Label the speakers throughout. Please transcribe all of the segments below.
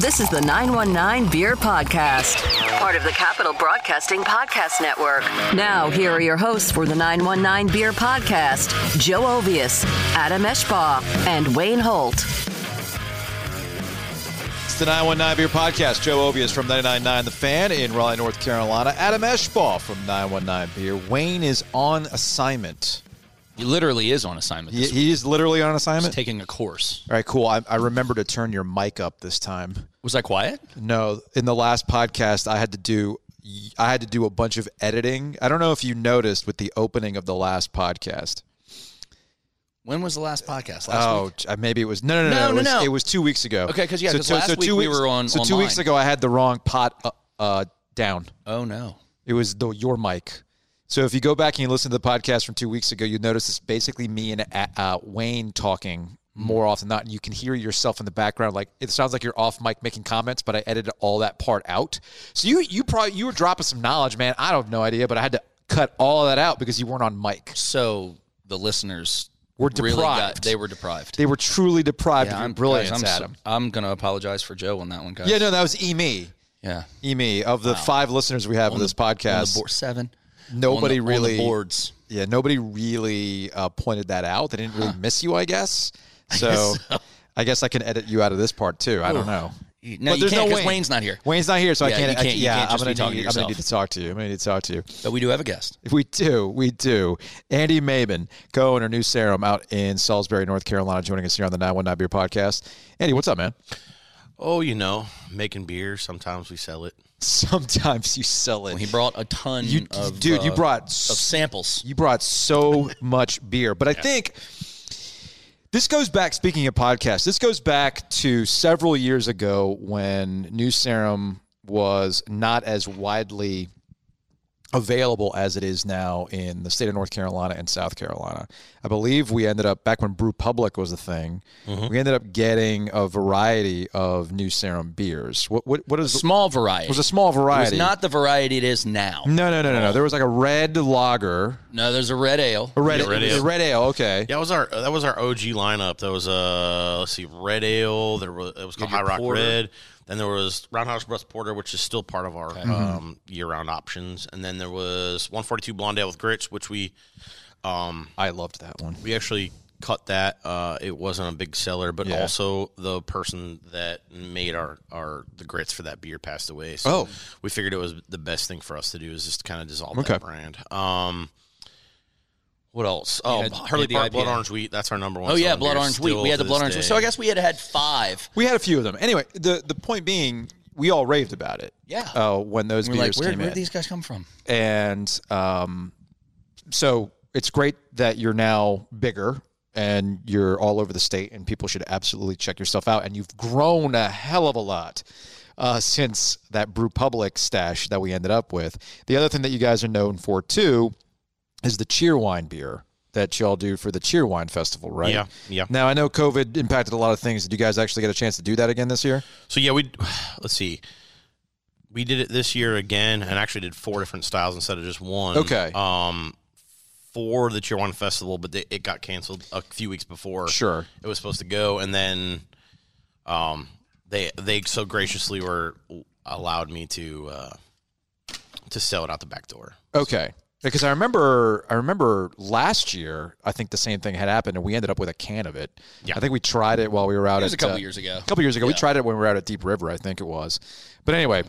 Speaker 1: This is the 919 Beer Podcast, part of the Capital Broadcasting Podcast Network. Now, here are your hosts for the 919 Beer Podcast Joe Ovius, Adam Eshbaugh, and Wayne Holt.
Speaker 2: It's the 919 Beer Podcast. Joe Obias from 999 The Fan in Raleigh, North Carolina. Adam Eshbaugh from 919 Beer. Wayne is on assignment.
Speaker 3: He literally is on assignment.
Speaker 2: He,
Speaker 3: This
Speaker 2: he is literally on
Speaker 3: he's
Speaker 2: assignment?
Speaker 3: taking a course.
Speaker 2: All right, cool. I, I remember to turn your mic up this time.
Speaker 3: Was I quiet?
Speaker 2: No, in the last podcast, I had to do. I had to do a bunch of editing. I don't know if you noticed with the opening of the last podcast.
Speaker 3: When was the last podcast? Last
Speaker 2: Oh,
Speaker 3: week.
Speaker 2: j- uh, maybe it was no, no, no,
Speaker 3: No,
Speaker 2: it
Speaker 3: no,
Speaker 2: was,
Speaker 3: no.
Speaker 2: It was two weeks ago.
Speaker 3: Okay, 'cause, yeah, 'cause last week
Speaker 2: two
Speaker 3: we
Speaker 2: weeks-
Speaker 3: were on-
Speaker 2: So two weeks
Speaker 3: online.
Speaker 2: ago, I had the wrong pot uh, uh, down.
Speaker 3: Oh no.
Speaker 2: It was the your mic. So if you go back and you listen to the podcast from two weeks ago, you'll notice it's basically me and uh, uh, Wayne talking
Speaker 3: Hmm.
Speaker 2: more often than not. And you can hear yourself in the background. Like it sounds like you're off mic making comments, but I edited all that part out. So you you probably you were dropping some knowledge, man. I don't have no idea, but I had to cut all that out because you weren't on mic.
Speaker 3: So the listeners
Speaker 2: Were
Speaker 3: Really got,
Speaker 2: deprived.
Speaker 3: they were deprived.
Speaker 2: They were truly deprived
Speaker 3: Yeah,
Speaker 2: of your
Speaker 3: I'm
Speaker 2: brilliance,
Speaker 3: guys, I'm, so-
Speaker 2: Adam.
Speaker 3: I'm gonna apologize for Joe on that one, guys.
Speaker 2: yeah, no, that was E me.
Speaker 3: yeah.
Speaker 2: E me of the five listeners we have on, this
Speaker 3: On the
Speaker 2: podcast.
Speaker 3: board seven.
Speaker 2: Nobody
Speaker 3: on the,
Speaker 2: really
Speaker 3: on the boards.
Speaker 2: Yeah, nobody really uh, pointed that out. They didn't really miss you, I guess. So I guess, I can edit you out of this part too. I don't know.
Speaker 3: You- No, you can't because Wayne's not here.
Speaker 2: Wayne's not here, so
Speaker 3: Yeah,
Speaker 2: I can't.
Speaker 3: you
Speaker 2: I,
Speaker 3: can't- you
Speaker 2: yeah,
Speaker 3: can't just
Speaker 2: I'm gonna
Speaker 3: be talking
Speaker 2: need,
Speaker 3: to
Speaker 2: I'm gonna need
Speaker 3: yourself.
Speaker 2: to talk to you. I'm gonna need to talk to you.
Speaker 3: But we do have a guest.
Speaker 2: We do, we do. Andy Maben, Cohen, or New Serum out in Salisbury, North Carolina, joining us here on the 919 Beer Podcast. Andy, what's up, man?
Speaker 4: Oh, you know, making beer. Sometimes we sell it.
Speaker 2: Sometimes you sell it.
Speaker 3: He brought a ton
Speaker 2: You-
Speaker 3: of
Speaker 2: dude, you
Speaker 3: uh,
Speaker 2: brought
Speaker 3: of samples.
Speaker 2: You brought so much beer, but I think this goes back. Speaking of podcasts, this goes back to several years ago when New Serum was not as widely available as it is now in the state of North Carolina and South Carolina. I believe we ended up back when Brew Public was a thing. We ended up getting a variety of New Serum beers. What what what is
Speaker 3: Small variety.
Speaker 2: it was a small
Speaker 3: It
Speaker 2: variety?
Speaker 3: was not the variety it is now.
Speaker 2: no, no, no, no, no. There was like a red lager.
Speaker 3: No, there's a red ale.
Speaker 2: A red,
Speaker 4: Yeah, red
Speaker 2: it was a
Speaker 4: ale.
Speaker 2: red ale. Okay.
Speaker 4: Yeah, that was our uh, that was our OG lineup. That was uh let's see, red ale. There was it was called
Speaker 3: Get
Speaker 4: High
Speaker 3: your
Speaker 4: Rock
Speaker 3: porter.
Speaker 4: Red. Then there was Roundhouse Breast Porter, which is still part of our um, year round options. And then there was 142 Blonde Ale with grits, which we
Speaker 2: I loved that one.
Speaker 4: we actually cut that. Uh, it wasn't a big seller, but
Speaker 2: Yeah.
Speaker 4: also the person that made our, our the grits for that beer passed away. So
Speaker 2: Oh.
Speaker 4: we figured it was the best thing for us to do is just kind of dissolve
Speaker 2: Okay.
Speaker 4: that brand. Um, what else? Oh,
Speaker 3: had-
Speaker 4: Hurley
Speaker 3: you had the
Speaker 4: Park Blood
Speaker 3: IPA.
Speaker 4: Orange Wheat. That's our number one.
Speaker 3: Oh yeah,
Speaker 4: selling
Speaker 3: blood
Speaker 4: beer
Speaker 3: orange wheat.
Speaker 4: still
Speaker 3: We had
Speaker 4: to
Speaker 3: the blood
Speaker 4: this
Speaker 3: orange wheat. So I
Speaker 4: day.
Speaker 3: guess we had had five.
Speaker 2: We had a few of them. Anyway, the the point being, we all raved about it.
Speaker 3: Yeah.
Speaker 2: Uh, when those
Speaker 3: We're like,
Speaker 2: beers
Speaker 3: where
Speaker 2: came
Speaker 3: where
Speaker 2: in,
Speaker 3: did these guys come from?
Speaker 2: and um, so it's great that you're now bigger and you're all over the state, and people should absolutely check yourself out. And you've grown a hell of a lot. Uh, since that Brew Public stash that we ended up with, the other thing that you guys are known for too is the Cheerwine beer that y'all do for the Cheerwine Festival, right?
Speaker 4: Yeah, yeah.
Speaker 2: Now I know COVID impacted a lot of things. Did you guys actually get a chance to do that again this year?
Speaker 4: So yeah, we let's see. We did it this year again, and actually did four different styles instead of just one.
Speaker 2: Okay.
Speaker 4: Um, for the Cheer One Festival, but they, it got canceled a few weeks before.
Speaker 2: Sure.
Speaker 4: it was supposed to go, and then, um, they they so graciously were allowed me to uh, to sell it out the back door.
Speaker 2: Okay. Because I remember, I remember last year, I think the same thing had happened, and we ended up with a can of it.
Speaker 4: Yeah.
Speaker 2: I think we tried it while we were out.
Speaker 3: It was a
Speaker 2: at,
Speaker 3: couple
Speaker 2: uh,
Speaker 3: years ago.
Speaker 2: A couple years ago, we tried it when we were out at Deep River, I think it was. But anyway,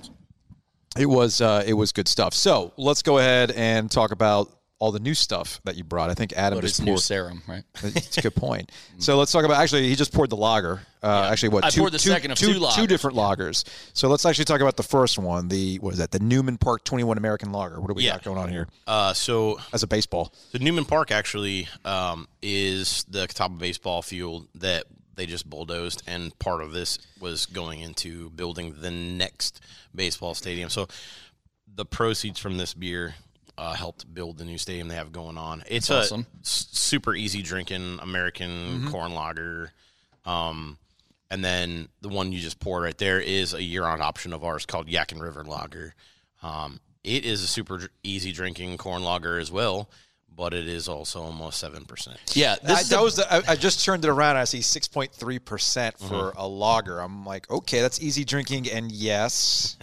Speaker 2: it was uh, it was good stuff. So let's go ahead and talk about all the new stuff that you brought. I think Adam
Speaker 3: But
Speaker 2: just
Speaker 3: it's new
Speaker 2: poured.
Speaker 3: serum, right?
Speaker 2: That's a good point. So let's talk about actually. He just poured the lager. Uh, Actually, what
Speaker 3: I poured the second of two lagers.
Speaker 2: different lagers. So let's actually talk about the first one. The what is that? The Newman Park Twenty One American Lager. What do we
Speaker 4: Yeah.
Speaker 2: got going on here?
Speaker 4: Uh, so
Speaker 2: As a baseball,
Speaker 4: So Newman Park actually um, is the Catawba baseball field that they just bulldozed, and part of this was going into building the next baseball stadium. So the proceeds from this beer uh, helped build the new stadium they have going on. It's a
Speaker 3: awesome.
Speaker 4: s- super easy drinking American corn lager. Um, and then the one you just poured right there is a year on option of ours called Yak and River Lager. Um, it is a super dr- easy drinking corn lager as well, but it is also almost seven percent.
Speaker 3: Yeah,
Speaker 2: I,
Speaker 3: this is
Speaker 2: that
Speaker 3: a-
Speaker 2: was the, I, I just turned it around. And I see six point three percent for a lager. I'm like, okay, that's easy drinking, and yes,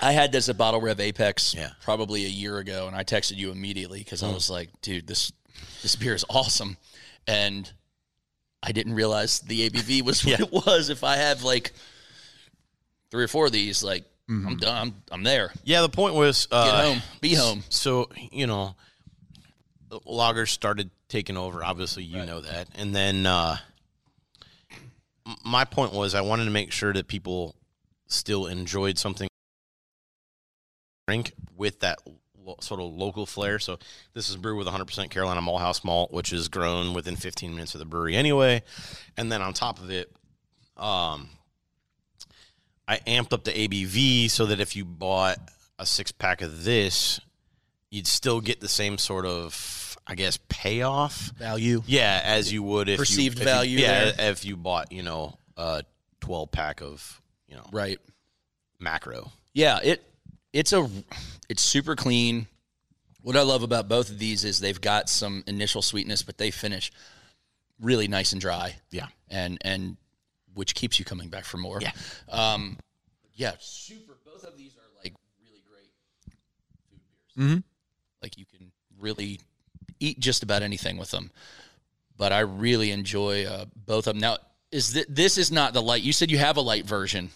Speaker 3: I had this at Bottle Rev Apex
Speaker 4: Yeah.
Speaker 3: probably a year ago, and I texted you immediately because I was like, dude, this this beer is awesome, and I didn't realize the ABV was what it was. If I have like three or four of these, like I'm done, I'm, I'm there.
Speaker 4: Yeah, the point was uh,
Speaker 3: Get home, be home.
Speaker 4: So you know, loggers started taking over. Obviously, you know that. And then uh, m- my point was, I wanted to make sure that people still enjoyed something drink with that lo- sort of local flair. So this is brewed with 100% Carolina Malthouse malt, which is grown within 15 minutes of the brewery anyway. And then on top of it, um, I amped up the ABV so that if you bought a six pack of this, you'd still get the same sort of, I guess, payoff.
Speaker 3: Value.
Speaker 4: Yeah, as you would if
Speaker 3: Perceived
Speaker 4: you, if you-
Speaker 3: value
Speaker 4: yeah, if you bought you know a twelve pack of you know
Speaker 3: Right.
Speaker 4: macro.
Speaker 3: Yeah, it it's a it's super clean. What I love about both of these is they've got some initial sweetness, but they finish really nice and dry.
Speaker 4: Yeah.
Speaker 3: and and which keeps you coming back for more. Yeah, um, yeah, super. Both of these are like really great food beers.
Speaker 2: Mhm.
Speaker 3: Like you can really eat just about anything with them. But I really enjoy uh, both of them. Now, is th- this is not the light? You said you have a light version.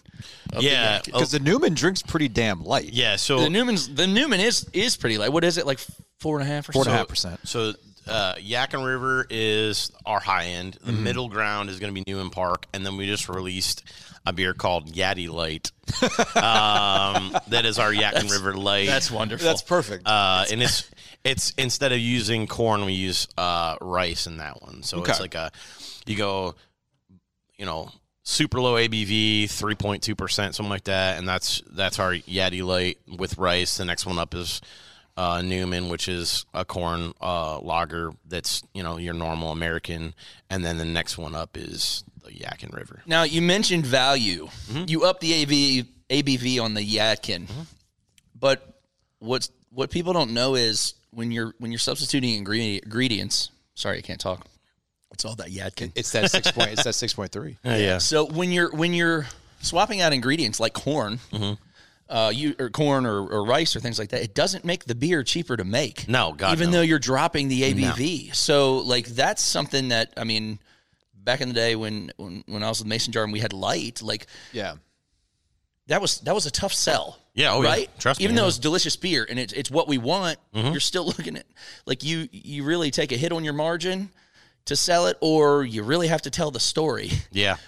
Speaker 3: of the
Speaker 4: Yeah,
Speaker 3: Yak.
Speaker 2: because the Newman drinks pretty damn light.
Speaker 4: Yeah. So
Speaker 3: The Newman's the Newman is is pretty light. What is it like four and a half or
Speaker 2: four and
Speaker 3: so?
Speaker 2: a half percent.
Speaker 4: So uh, Yak and River is our high end. The middle ground is going to be Newman Park, and then we just released a beer called Yaddy Light. um, that is our Yak and River Light.
Speaker 3: That's wonderful.
Speaker 2: That's perfect.
Speaker 4: Uh, and it's it's instead of using corn, we use uh, rice in that one. So
Speaker 2: Okay.
Speaker 4: it's like a you go, you know, super low ABV, three point two percent, something like that, and that's that's our Yaddy Light with rice. The next one up is uh, Newman, which is a corn uh, lager that's you know your normal American, and then the next one up is the Yak and River.
Speaker 3: Now you mentioned value.
Speaker 2: Mm-hmm.
Speaker 3: You up the AV, ABV on the Yadkin, but what's what people don't know is when you're when you're substituting ingredient, ingredients. Sorry, I can't talk. It's all that Yadkin.
Speaker 2: It's that six point. It's that six point three.
Speaker 4: yeah.
Speaker 3: So when you're when you're swapping out ingredients like corn,
Speaker 4: Mm-hmm.
Speaker 3: uh, you or corn or, or rice or things like that, it doesn't make the beer cheaper to make.
Speaker 4: No, God,
Speaker 3: even
Speaker 4: no.
Speaker 3: though you're dropping the ABV. So like that's something that I mean, back in the day when when, when I was with Mason Jar and we had light, like
Speaker 2: Yeah.
Speaker 3: that was that was a tough sell.
Speaker 4: Yeah, oh yeah.
Speaker 3: right.
Speaker 4: Trust me,
Speaker 3: Even though
Speaker 4: yeah. Mm-hmm.
Speaker 3: it's delicious beer and it's it's what we want, you're still looking at like you you really take a hit on your margin to sell it, or you really have to tell the story.
Speaker 4: Yeah.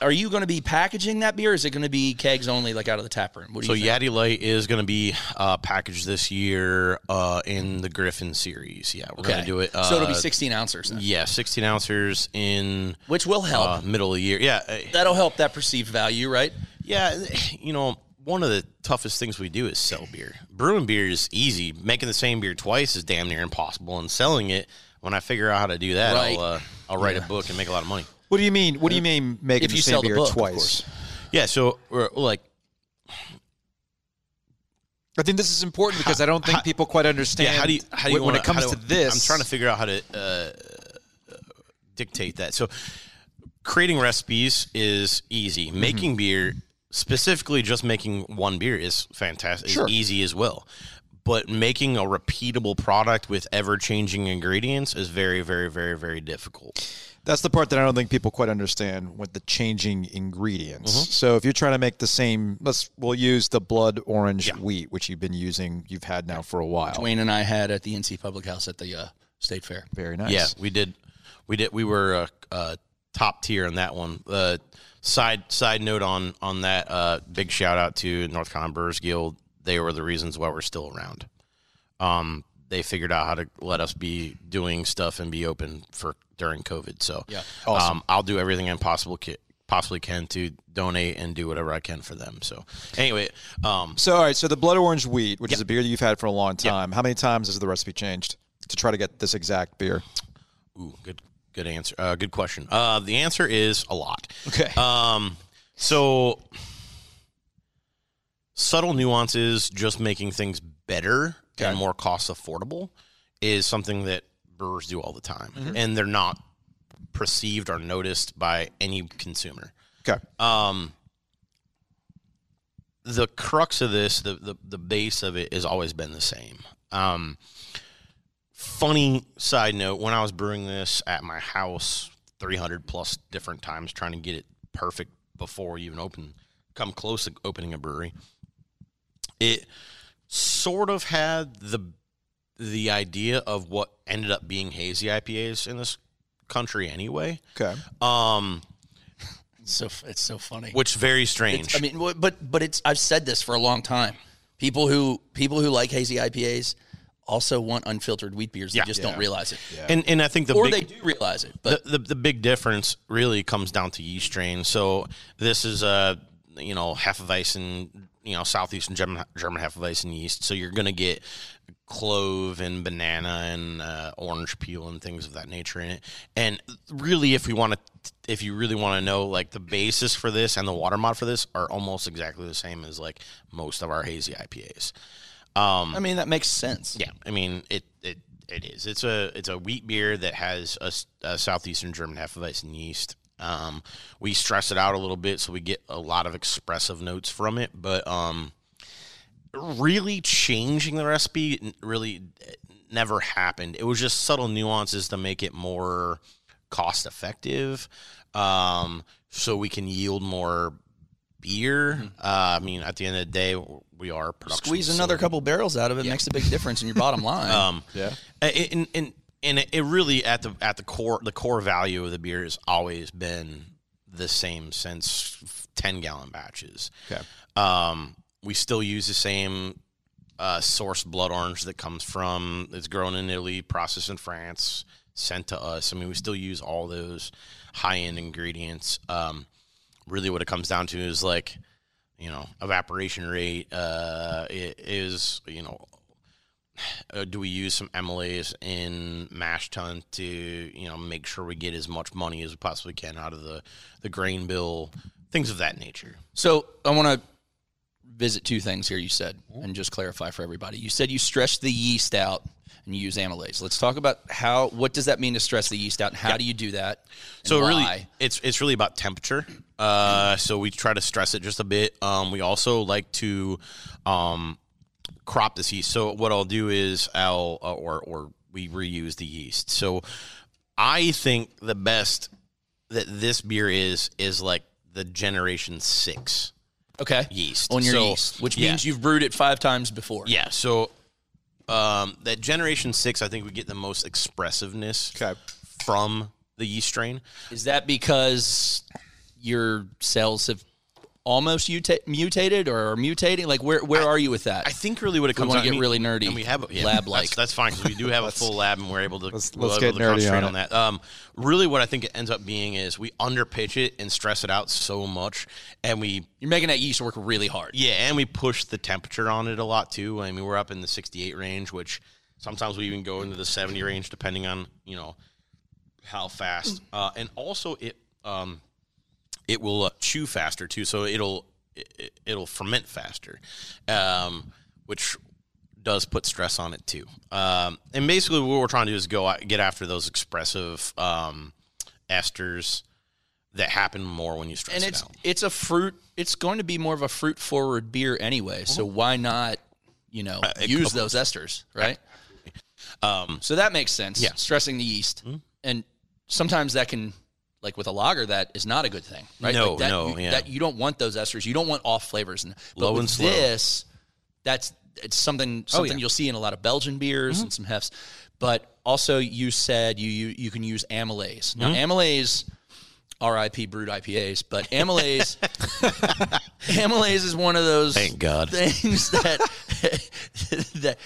Speaker 3: Are you going to be packaging that beer? Or is it going to be kegs only, like out of the tap room? What do
Speaker 4: So
Speaker 3: you think?
Speaker 4: Yaddy Light is going to be uh, packaged this year uh, in the Griffin series. Yeah, we're going to do it. Uh,
Speaker 3: so it'll be 16 ounces, then,
Speaker 4: Yeah, sixteen ounces in
Speaker 3: which will help.
Speaker 4: uh, middle of the year. Yeah, uh,
Speaker 3: That'll help that perceived value, right?
Speaker 4: yeah. You know, one of the toughest things we do is sell beer. Brewing beer is easy. Making the same beer twice is damn near impossible, and selling it. When I figure out how to do that,
Speaker 3: Right.
Speaker 4: I'll, uh, I'll write a book and make a lot of money.
Speaker 2: What do you mean? What do you mean making
Speaker 3: If
Speaker 2: the
Speaker 3: you
Speaker 2: same
Speaker 3: sell the
Speaker 2: beer
Speaker 3: book, of
Speaker 2: twice?
Speaker 3: course.
Speaker 4: Yeah, so we're, like,
Speaker 2: I think this is important because I don't think people quite
Speaker 4: yeah.
Speaker 2: understand.
Speaker 4: How do you how do you
Speaker 2: when, when
Speaker 4: wanna-
Speaker 2: it comes
Speaker 4: how do-
Speaker 2: to this?
Speaker 4: I'm trying to figure out how to uh, dictate that. So creating recipes is easy.
Speaker 2: Mm-hmm.
Speaker 4: Making beer, specifically just making one beer, is fantastic. Is
Speaker 2: Sure.
Speaker 4: easy as well. But making a repeatable product with ever changing ingredients is very, very, very, very difficult.
Speaker 2: That's the part that I don't think people quite understand with the changing ingredients.
Speaker 4: Mm-hmm.
Speaker 2: So if you're trying to make the same, let's we'll use the blood orange wheat, which you've been using, you've had now for a while.
Speaker 3: Wayne and I had at the NC Public House at the uh, State Fair.
Speaker 2: Very nice.
Speaker 4: Yeah, we did, we did, we were uh, uh, top tier in that one. Uh, side side note on on that. Uh, big shout out to North Carolina Brewers Guild. They were the reasons why we're still around. um, they figured out how to let us be doing stuff and be open for during COVID. So
Speaker 3: Yeah.
Speaker 4: um, I'll do everything I possible ca- possibly can to donate and do whatever I can for them. So anyway, um,
Speaker 2: So all right, so the blood orange wheat, which is a beer that you've had for a long time. How many times has the recipe changed to try to get this exact beer?
Speaker 4: ooh, good good answer. Uh, good question. Uh, the answer is a lot.
Speaker 2: Okay.
Speaker 4: Um, so subtle nuances, just making things better and more cost affordable is something that brewers do all the time, and they're not perceived or noticed by any consumer.
Speaker 2: Okay.
Speaker 4: Um, the crux of this, the, the the base of it has always been the same. Um, funny side note: when I was brewing this at my house, three hundred plus different times, trying to get it perfect before you even open, come close to opening a brewery, it sort of had the the idea of what ended up being hazy IPAs in this country anyway.
Speaker 2: okay.
Speaker 4: Um,
Speaker 3: It's so f- it's so funny.
Speaker 4: which very strange.
Speaker 3: I mean, wh- but but it's I've said this for a long time. People who people who like hazy IPAs also want unfiltered wheat beers. They
Speaker 4: Yeah.
Speaker 3: just don't realize it,
Speaker 4: and and I think the
Speaker 3: or
Speaker 4: big,
Speaker 3: they do realize it. But
Speaker 4: the, the the big difference really comes down to yeast strain. So this is a you know Hefeweizen, you know southeastern German, German Hefeweizen yeast. So you're going to get clove and banana and uh, orange peel and things of that nature in it. And really, if we want to, if you really want to know, like the basis for this and the water mod for this are almost exactly the same as like most of our hazy IPAs.
Speaker 3: I mean, that makes sense.
Speaker 4: um, Yeah, I mean it. It it is. It's a it's a wheat beer that has a, s- a southeastern German hefeweizen yeast. Um, we stress it out a little bit, so we get a lot of expressive notes from it. But um, really changing the recipe n- really eh, never happened. It was just subtle nuances to make it more cost effective, um, so we can yield more beer. Uh, I mean, at the end of the day, we are a production.
Speaker 3: Mm-hmm. Squeeze another couple barrels out of it makes a big difference in your bottom line.
Speaker 4: Um, yeah, and and and it- it really at the at the core the core value of the beer has always been the same since ten gallon batches.
Speaker 2: Okay.
Speaker 4: Um, we still use the same uh, source blood orange that comes from it's grown in Italy, processed in France, sent to us. I mean, we still use all those high end ingredients. Um, really, what it comes down to is like you know evaporation rate uh, i- is you know uh, do we use some MLAs in mash tun to you know make sure we get as much money as we possibly can out of the the grain bill, things of that nature.
Speaker 3: So I want to visit two things here you said and just clarify for everybody. You said you stretch the yeast out and you use amylase. Let's talk about how what does that mean to stress the yeast out and how do you do that? and
Speaker 4: So
Speaker 3: why?
Speaker 4: really, it's it's really about temperature. Uh, so we try to stress it just a bit. Um, we also like to um, crop this yeast. So what I'll do is I'll uh, or or we reuse the yeast. So I think the best that this beer is is like the generation six
Speaker 3: okay
Speaker 4: yeast
Speaker 3: on your
Speaker 4: So-
Speaker 3: yeast, which
Speaker 4: yeah.
Speaker 3: means you've brewed it five times before.
Speaker 4: Yeah. So um, that generation six, I think we get the most expressiveness
Speaker 2: Okay.
Speaker 4: from the yeast strain.
Speaker 3: Is that because your cells have almost muta- mutated or are mutating? Like where where are you with that?
Speaker 4: I think really what it comes
Speaker 3: wanna
Speaker 4: down-
Speaker 3: get
Speaker 4: I mean-
Speaker 3: really nerdy,
Speaker 4: and we have a yeah,
Speaker 3: lab-like.
Speaker 4: That's, that's fine because we do have a full lab, and we're able to
Speaker 2: let's-
Speaker 4: we're
Speaker 2: let's get
Speaker 4: able to
Speaker 2: nerdy
Speaker 4: concentrate
Speaker 2: on
Speaker 4: on that. Um, really, what I think it ends up being is we underpitch it and stress it out so much, and we
Speaker 3: You're making that yeast work really hard.
Speaker 4: yeah, and we push the temperature on it a lot too. I mean, we're up in the 68 range, which sometimes we even go into the 70 range, depending on you know how fast.
Speaker 3: Mm.
Speaker 4: Uh, and also, it um, it will uh, chew faster too, so it'll it, it'll ferment faster, um, which does put stress on it too. Um, and basically, what we're trying to do is go out- get after those expressive um, esters that happen more when you stress
Speaker 3: and
Speaker 4: it
Speaker 3: it's
Speaker 4: out.
Speaker 3: it's a fruit. It's going to be more of a fruit forward beer anyway. So
Speaker 4: Uh-huh.
Speaker 3: why not, you know,
Speaker 4: Uh,
Speaker 3: use those esters, right? Um, so that makes sense.
Speaker 4: Yeah. Mm-hmm.
Speaker 3: stressing the yeast, and sometimes that can, like with a lager, that is not a good thing, right?
Speaker 4: No,
Speaker 3: Like, that,
Speaker 4: no,
Speaker 3: you,
Speaker 4: yeah.
Speaker 3: that you don't want those esters. You don't want off flavors. And but
Speaker 4: Low
Speaker 3: with
Speaker 4: and slow. Oh,
Speaker 3: This, that's it's something something
Speaker 4: yeah. Mm-hmm.
Speaker 3: you'll see in a lot of Belgian beers and some hefts. But also, you said you you, you can use amylase. Now,
Speaker 4: Mm-hmm.
Speaker 3: amylase. RIP brewed IPAs, but amylase amylase is one of those
Speaker 4: Thank God.
Speaker 3: things that that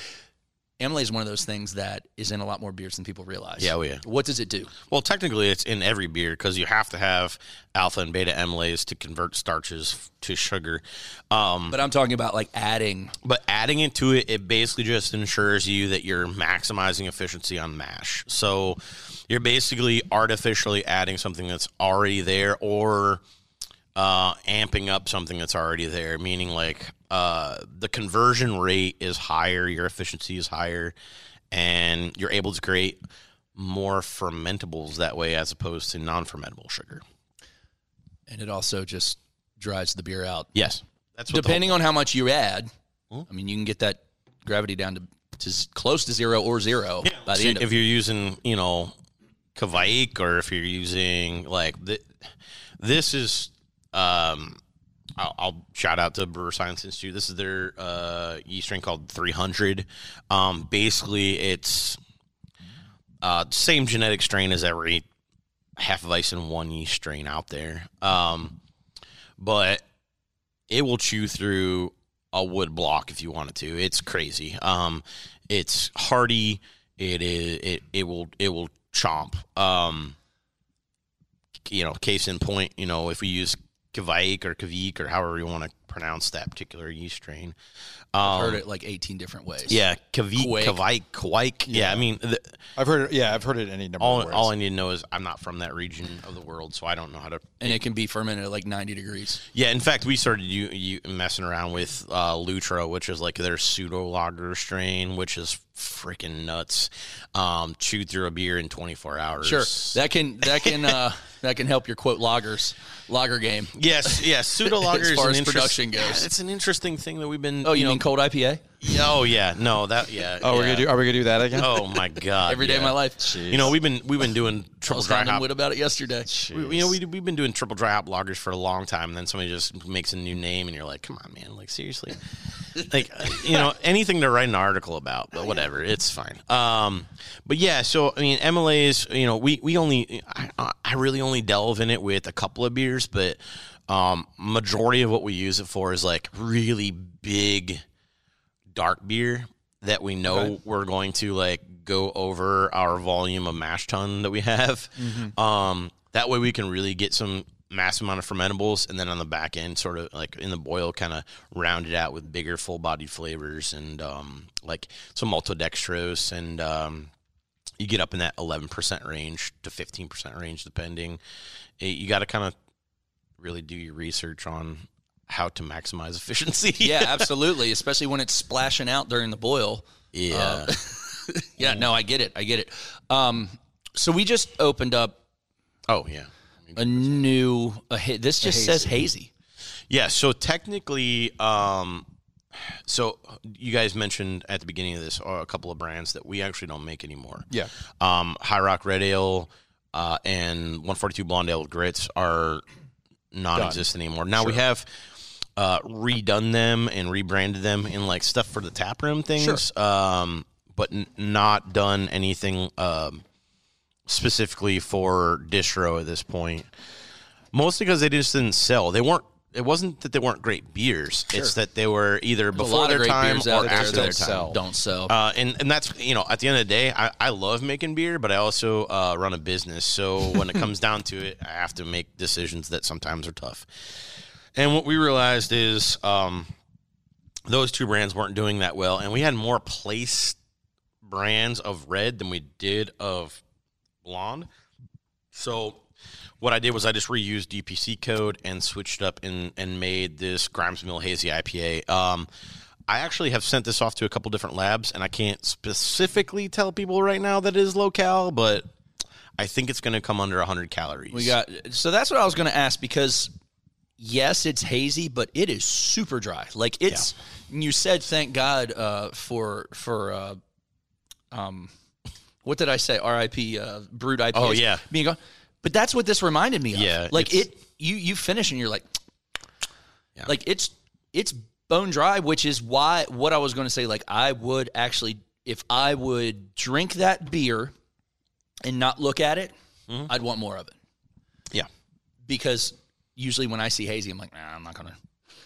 Speaker 3: amylase is one of those things that is in a lot more beers than people realize.
Speaker 4: Yeah, oh, yeah. Mm-hmm.
Speaker 3: What does it do?
Speaker 4: Well, technically, it's in every beer because you have to have alpha and beta amylase to convert starches f- to sugar. Um,
Speaker 3: But I'm talking about like adding.
Speaker 4: but adding it to it, it basically just ensures you that you're maximizing efficiency on mash. So you're basically artificially adding something that's already there or uh, amping up something that's already there, meaning like uh, the conversion rate is higher, your efficiency is higher, and you're able to create more fermentables that way as opposed to non-fermentable sugar.
Speaker 3: and it also just dries the beer out.
Speaker 4: Yes, that's what the
Speaker 3: Depending on how much you add, I mean, you can get that gravity down to, to z- close to zero or zero by the
Speaker 4: So
Speaker 3: end. Of,
Speaker 4: if you're using, you know, Kavaik or if you're using like th- this is, um, I'll, I'll shout out to Brewer Science Institute. This is their uh, yeast strain called 300. Um, basically, it's uh, same genetic strain as every half of ice and one yeast strain out there. Um, but it will chew through a wood block if you want it to. It's crazy. Um, it's hardy. It is. It it will it will chomp. Um, you know, case in point, you know, if we use Kvaik or Kavik or however you want to pronounce that particular yeast strain,
Speaker 3: I've
Speaker 4: um,
Speaker 3: heard it like 18 different ways.
Speaker 4: yeah, Kavik,
Speaker 3: Quake.
Speaker 4: Kvaik, Kwaik. Yeah, I mean, the,
Speaker 2: I've heard it. Yeah, I've heard it any number of
Speaker 4: all
Speaker 2: ways.
Speaker 4: all I need to know is I'm not from that region of the world, so I don't know how to
Speaker 3: And it can be fermented at like 90 degrees.
Speaker 4: Yeah, in fact, we started you, you messing around with uh, Lutra, which is like their pseudo lager strain, which is freaking nuts. Um, chewed through a beer in 24 hours.
Speaker 3: Sure, that can that can uh, that can help your quote loggers lager game.
Speaker 4: Yes, yes. Pseudo lager
Speaker 3: As
Speaker 4: is
Speaker 3: far
Speaker 4: an
Speaker 3: as
Speaker 4: interest-
Speaker 3: production goes.
Speaker 4: It's an interesting thing that we've been.
Speaker 3: Oh, you, mean cold IPA?
Speaker 4: Yeah, oh yeah, no, that yeah.
Speaker 2: oh, we're gonna do. Are we gonna do that again?
Speaker 4: Oh my god.
Speaker 3: Every day
Speaker 4: yeah.
Speaker 3: of my life.
Speaker 4: You know, we've been we've been doing
Speaker 3: I
Speaker 4: triple
Speaker 3: was
Speaker 4: dry
Speaker 3: hounding
Speaker 4: hop.
Speaker 3: Wood about it yesterday.
Speaker 4: We, you know, we, we've been doing triple dry hop loggers for a long time, and then somebody just makes a new name, and you're like, come on, man, like, seriously? like, uh, you know, anything to write an article about, but whatever, it's fine. Um, but yeah, so, I mean, MLAs, you know, we, we only, I, I really only delve in it with a couple of beers, but um, majority of what we use it for is like really big dark beer that we know we're going to like go over our volume of mash tun that we have. Um, that way we can really get some massive amount of fermentables and then on the back end sort of like in the boil kind of round it out with bigger full bodied flavors and um, like some maltodextrose and um, you get up in that 11% range to 15% range depending Eh, you got to kind of really do your research on how to maximize efficiency
Speaker 3: Yeah, absolutely. Especially when it's splashing out during the boil.
Speaker 4: yeah
Speaker 3: Yeah, no, I get it. I get it. Um, so we just opened up
Speaker 4: oh yeah
Speaker 3: a new. A, ha- this just says hazy.
Speaker 4: Yeah, so technically, um, so you guys mentioned at the beginning of this uh, a couple of brands that we actually don't make anymore.
Speaker 2: Yeah.
Speaker 4: um, High Rock Red Ale uh, and 142 Blonde Ale Grits are non-existent anymore. Now we have uh, redone them and rebranded them in like stuff for the tap room things, um, but n- not done anything um, specifically for distro at this point mostly because they just didn't sell. They weren't. It wasn't that they weren't great beers. It's that they were either
Speaker 3: There's
Speaker 4: before their time or
Speaker 3: that
Speaker 4: after
Speaker 3: just
Speaker 4: their
Speaker 2: don't sell.
Speaker 4: time.
Speaker 3: Don't sell.
Speaker 4: Uh, and and that's you know at the end of the day, I, I love making beer, but I also uh, run a business. So when it comes down to it, I have to make decisions that sometimes are tough. And what we realized is um, those two brands weren't doing that well, and we had more place brands of red than we did of blonde. So what I did was I just reused DPC code and switched up and and made this Grimes Mill Hazy IPA. Um, I actually have sent this off to a couple different labs, and I can't specifically tell people right now that it is locale, but I think it's going to come under 100 calories.
Speaker 3: we got. So that's what I was going to ask because yes, it's hazy, but it is super dry. Like it's. You said thank God uh, for for. Uh, um, what did I say? R.I.P. Uh, brewed IPA.
Speaker 4: Oh, yeah.
Speaker 3: being gone. But that's what this reminded me of.
Speaker 4: Yeah,
Speaker 3: like
Speaker 4: it's-
Speaker 3: it. You you finish and you're like,
Speaker 4: Yeah.
Speaker 3: like it's it's bone dry, which is why what I was going to say. Like I would actually, if I would drink that beer and not look at it,
Speaker 4: Mm-hmm.
Speaker 3: I'd want more of it
Speaker 4: yeah,
Speaker 3: because usually when I see hazy, I'm like, nah, I'm not gonna.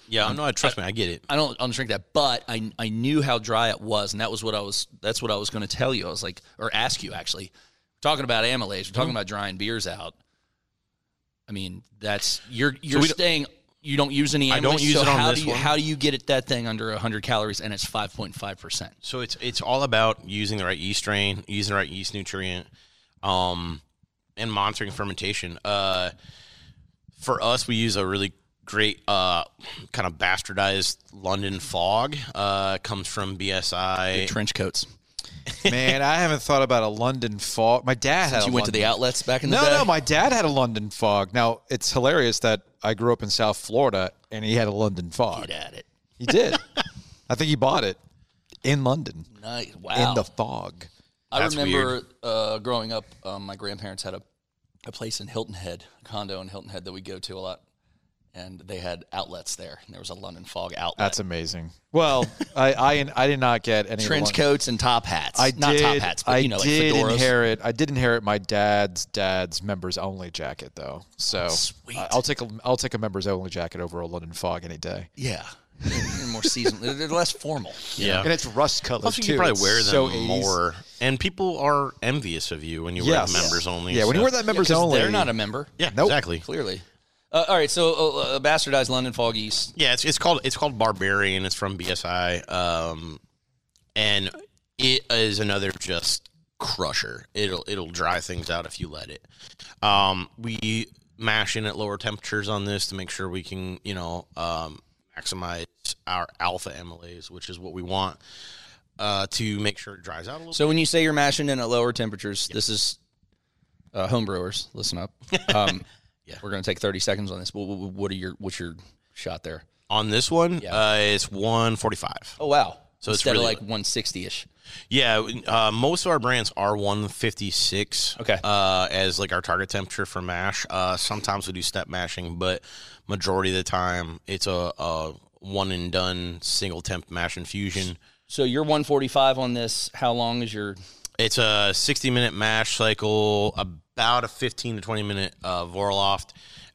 Speaker 4: yeah. No, trust me, I get it.
Speaker 3: I don't. I don't drink that. But I I knew how dry it was, and that was what I was. That's what I was going to tell you. I was like, or ask you actually. We're talking about amylase. We're talking
Speaker 4: Mm-hmm.
Speaker 3: about drying beers out. I mean, that's you're you're
Speaker 4: we don't-
Speaker 3: staying. You don't use any. Amylase,
Speaker 4: I don't use
Speaker 3: so
Speaker 4: it on
Speaker 3: how
Speaker 4: this
Speaker 3: do you,
Speaker 4: one.
Speaker 3: How do you get it that thing under 100 calories and it's 5.5 percent?
Speaker 4: So it's it's all about using the right yeast strain, using the right yeast nutrient, um, and monitoring fermentation. Uh, for us, we use a really great uh, kind of bastardized London fog. Uh, comes from BSI.
Speaker 3: Trench coats.
Speaker 2: Man, I haven't thought about a London fog. My dad had.
Speaker 3: Since
Speaker 2: a
Speaker 3: you went to
Speaker 2: London-
Speaker 3: the outlets back in the
Speaker 2: no,
Speaker 3: day.
Speaker 2: no, my dad had a London fog. Now it's hilarious that I grew up in South Florida and he had a London fog.
Speaker 3: Get at it.
Speaker 2: He did. I think he bought it in London
Speaker 3: Nice. Wow.
Speaker 2: in the fog.
Speaker 3: I
Speaker 4: That's
Speaker 3: remember uh, growing up, um, my grandparents had a, a place in Hilton Head, a condo in Hilton Head that we go to a lot. And they had outlets there. And there was a London Fog outlet.
Speaker 2: That's amazing. Well, I, I I did not get any
Speaker 3: Trench
Speaker 2: London-
Speaker 3: coats and top hats.
Speaker 2: I
Speaker 3: Not
Speaker 2: did,
Speaker 3: top hats, but
Speaker 2: I
Speaker 3: you know, like
Speaker 2: did
Speaker 3: fedoras.
Speaker 2: inherit. I did inherit my dad's dad's members only jacket though. So
Speaker 3: Sweet.
Speaker 2: I- I'll take a I'll take a members only jacket over a London fog any day.
Speaker 3: yeah. They're more seasonal. They're- They're less formal. you know?
Speaker 4: Yeah.
Speaker 2: And it's rust colored
Speaker 4: Plus, you
Speaker 2: too.
Speaker 4: can probably
Speaker 2: It's
Speaker 4: wear them
Speaker 2: so 80s.
Speaker 4: more, and people are envious of you when you
Speaker 2: Yes.
Speaker 4: wear the members only.
Speaker 2: Yeah, when you
Speaker 4: stuff.
Speaker 2: wear that members
Speaker 3: 'Cause
Speaker 2: only,
Speaker 3: They're not a member.
Speaker 4: yeah,
Speaker 2: Nope.
Speaker 4: exactly.
Speaker 3: Clearly. Uh, all right. So, uh, uh, bastardized London Fog East.
Speaker 4: Yeah, it's, it's called it's called Barbarian. It's from BSI, um, and it is another just crusher. It'll it'll dry things out if you let it. Um, we mash in at lower temperatures on this to make sure we can you know um, maximize our alpha amylase, which is what we want uh, to make sure it dries out a little.
Speaker 3: So, when you say you're mashing in at lower temperatures, this is uh, homebrewers. Listen up. Um, yeah. We're going to take 30 seconds on this. What, what what are your what's your shot there?
Speaker 4: on this one, uh, it's one forty five.
Speaker 3: Oh wow! So
Speaker 4: it's
Speaker 3: instead
Speaker 4: really-
Speaker 3: of like 160 ish.
Speaker 4: Yeah, uh, most of our brands are 156.
Speaker 3: Okay.
Speaker 4: Uh, as like our target temperature for mash. Uh, sometimes we do step mashing, but majority of the time it's a, a one and done single temp mash infusion.
Speaker 3: So you're 145 on this. How long is your?
Speaker 4: It's a 60 minute mash cycle, about a 15 to 20 minute uh, Vorloft,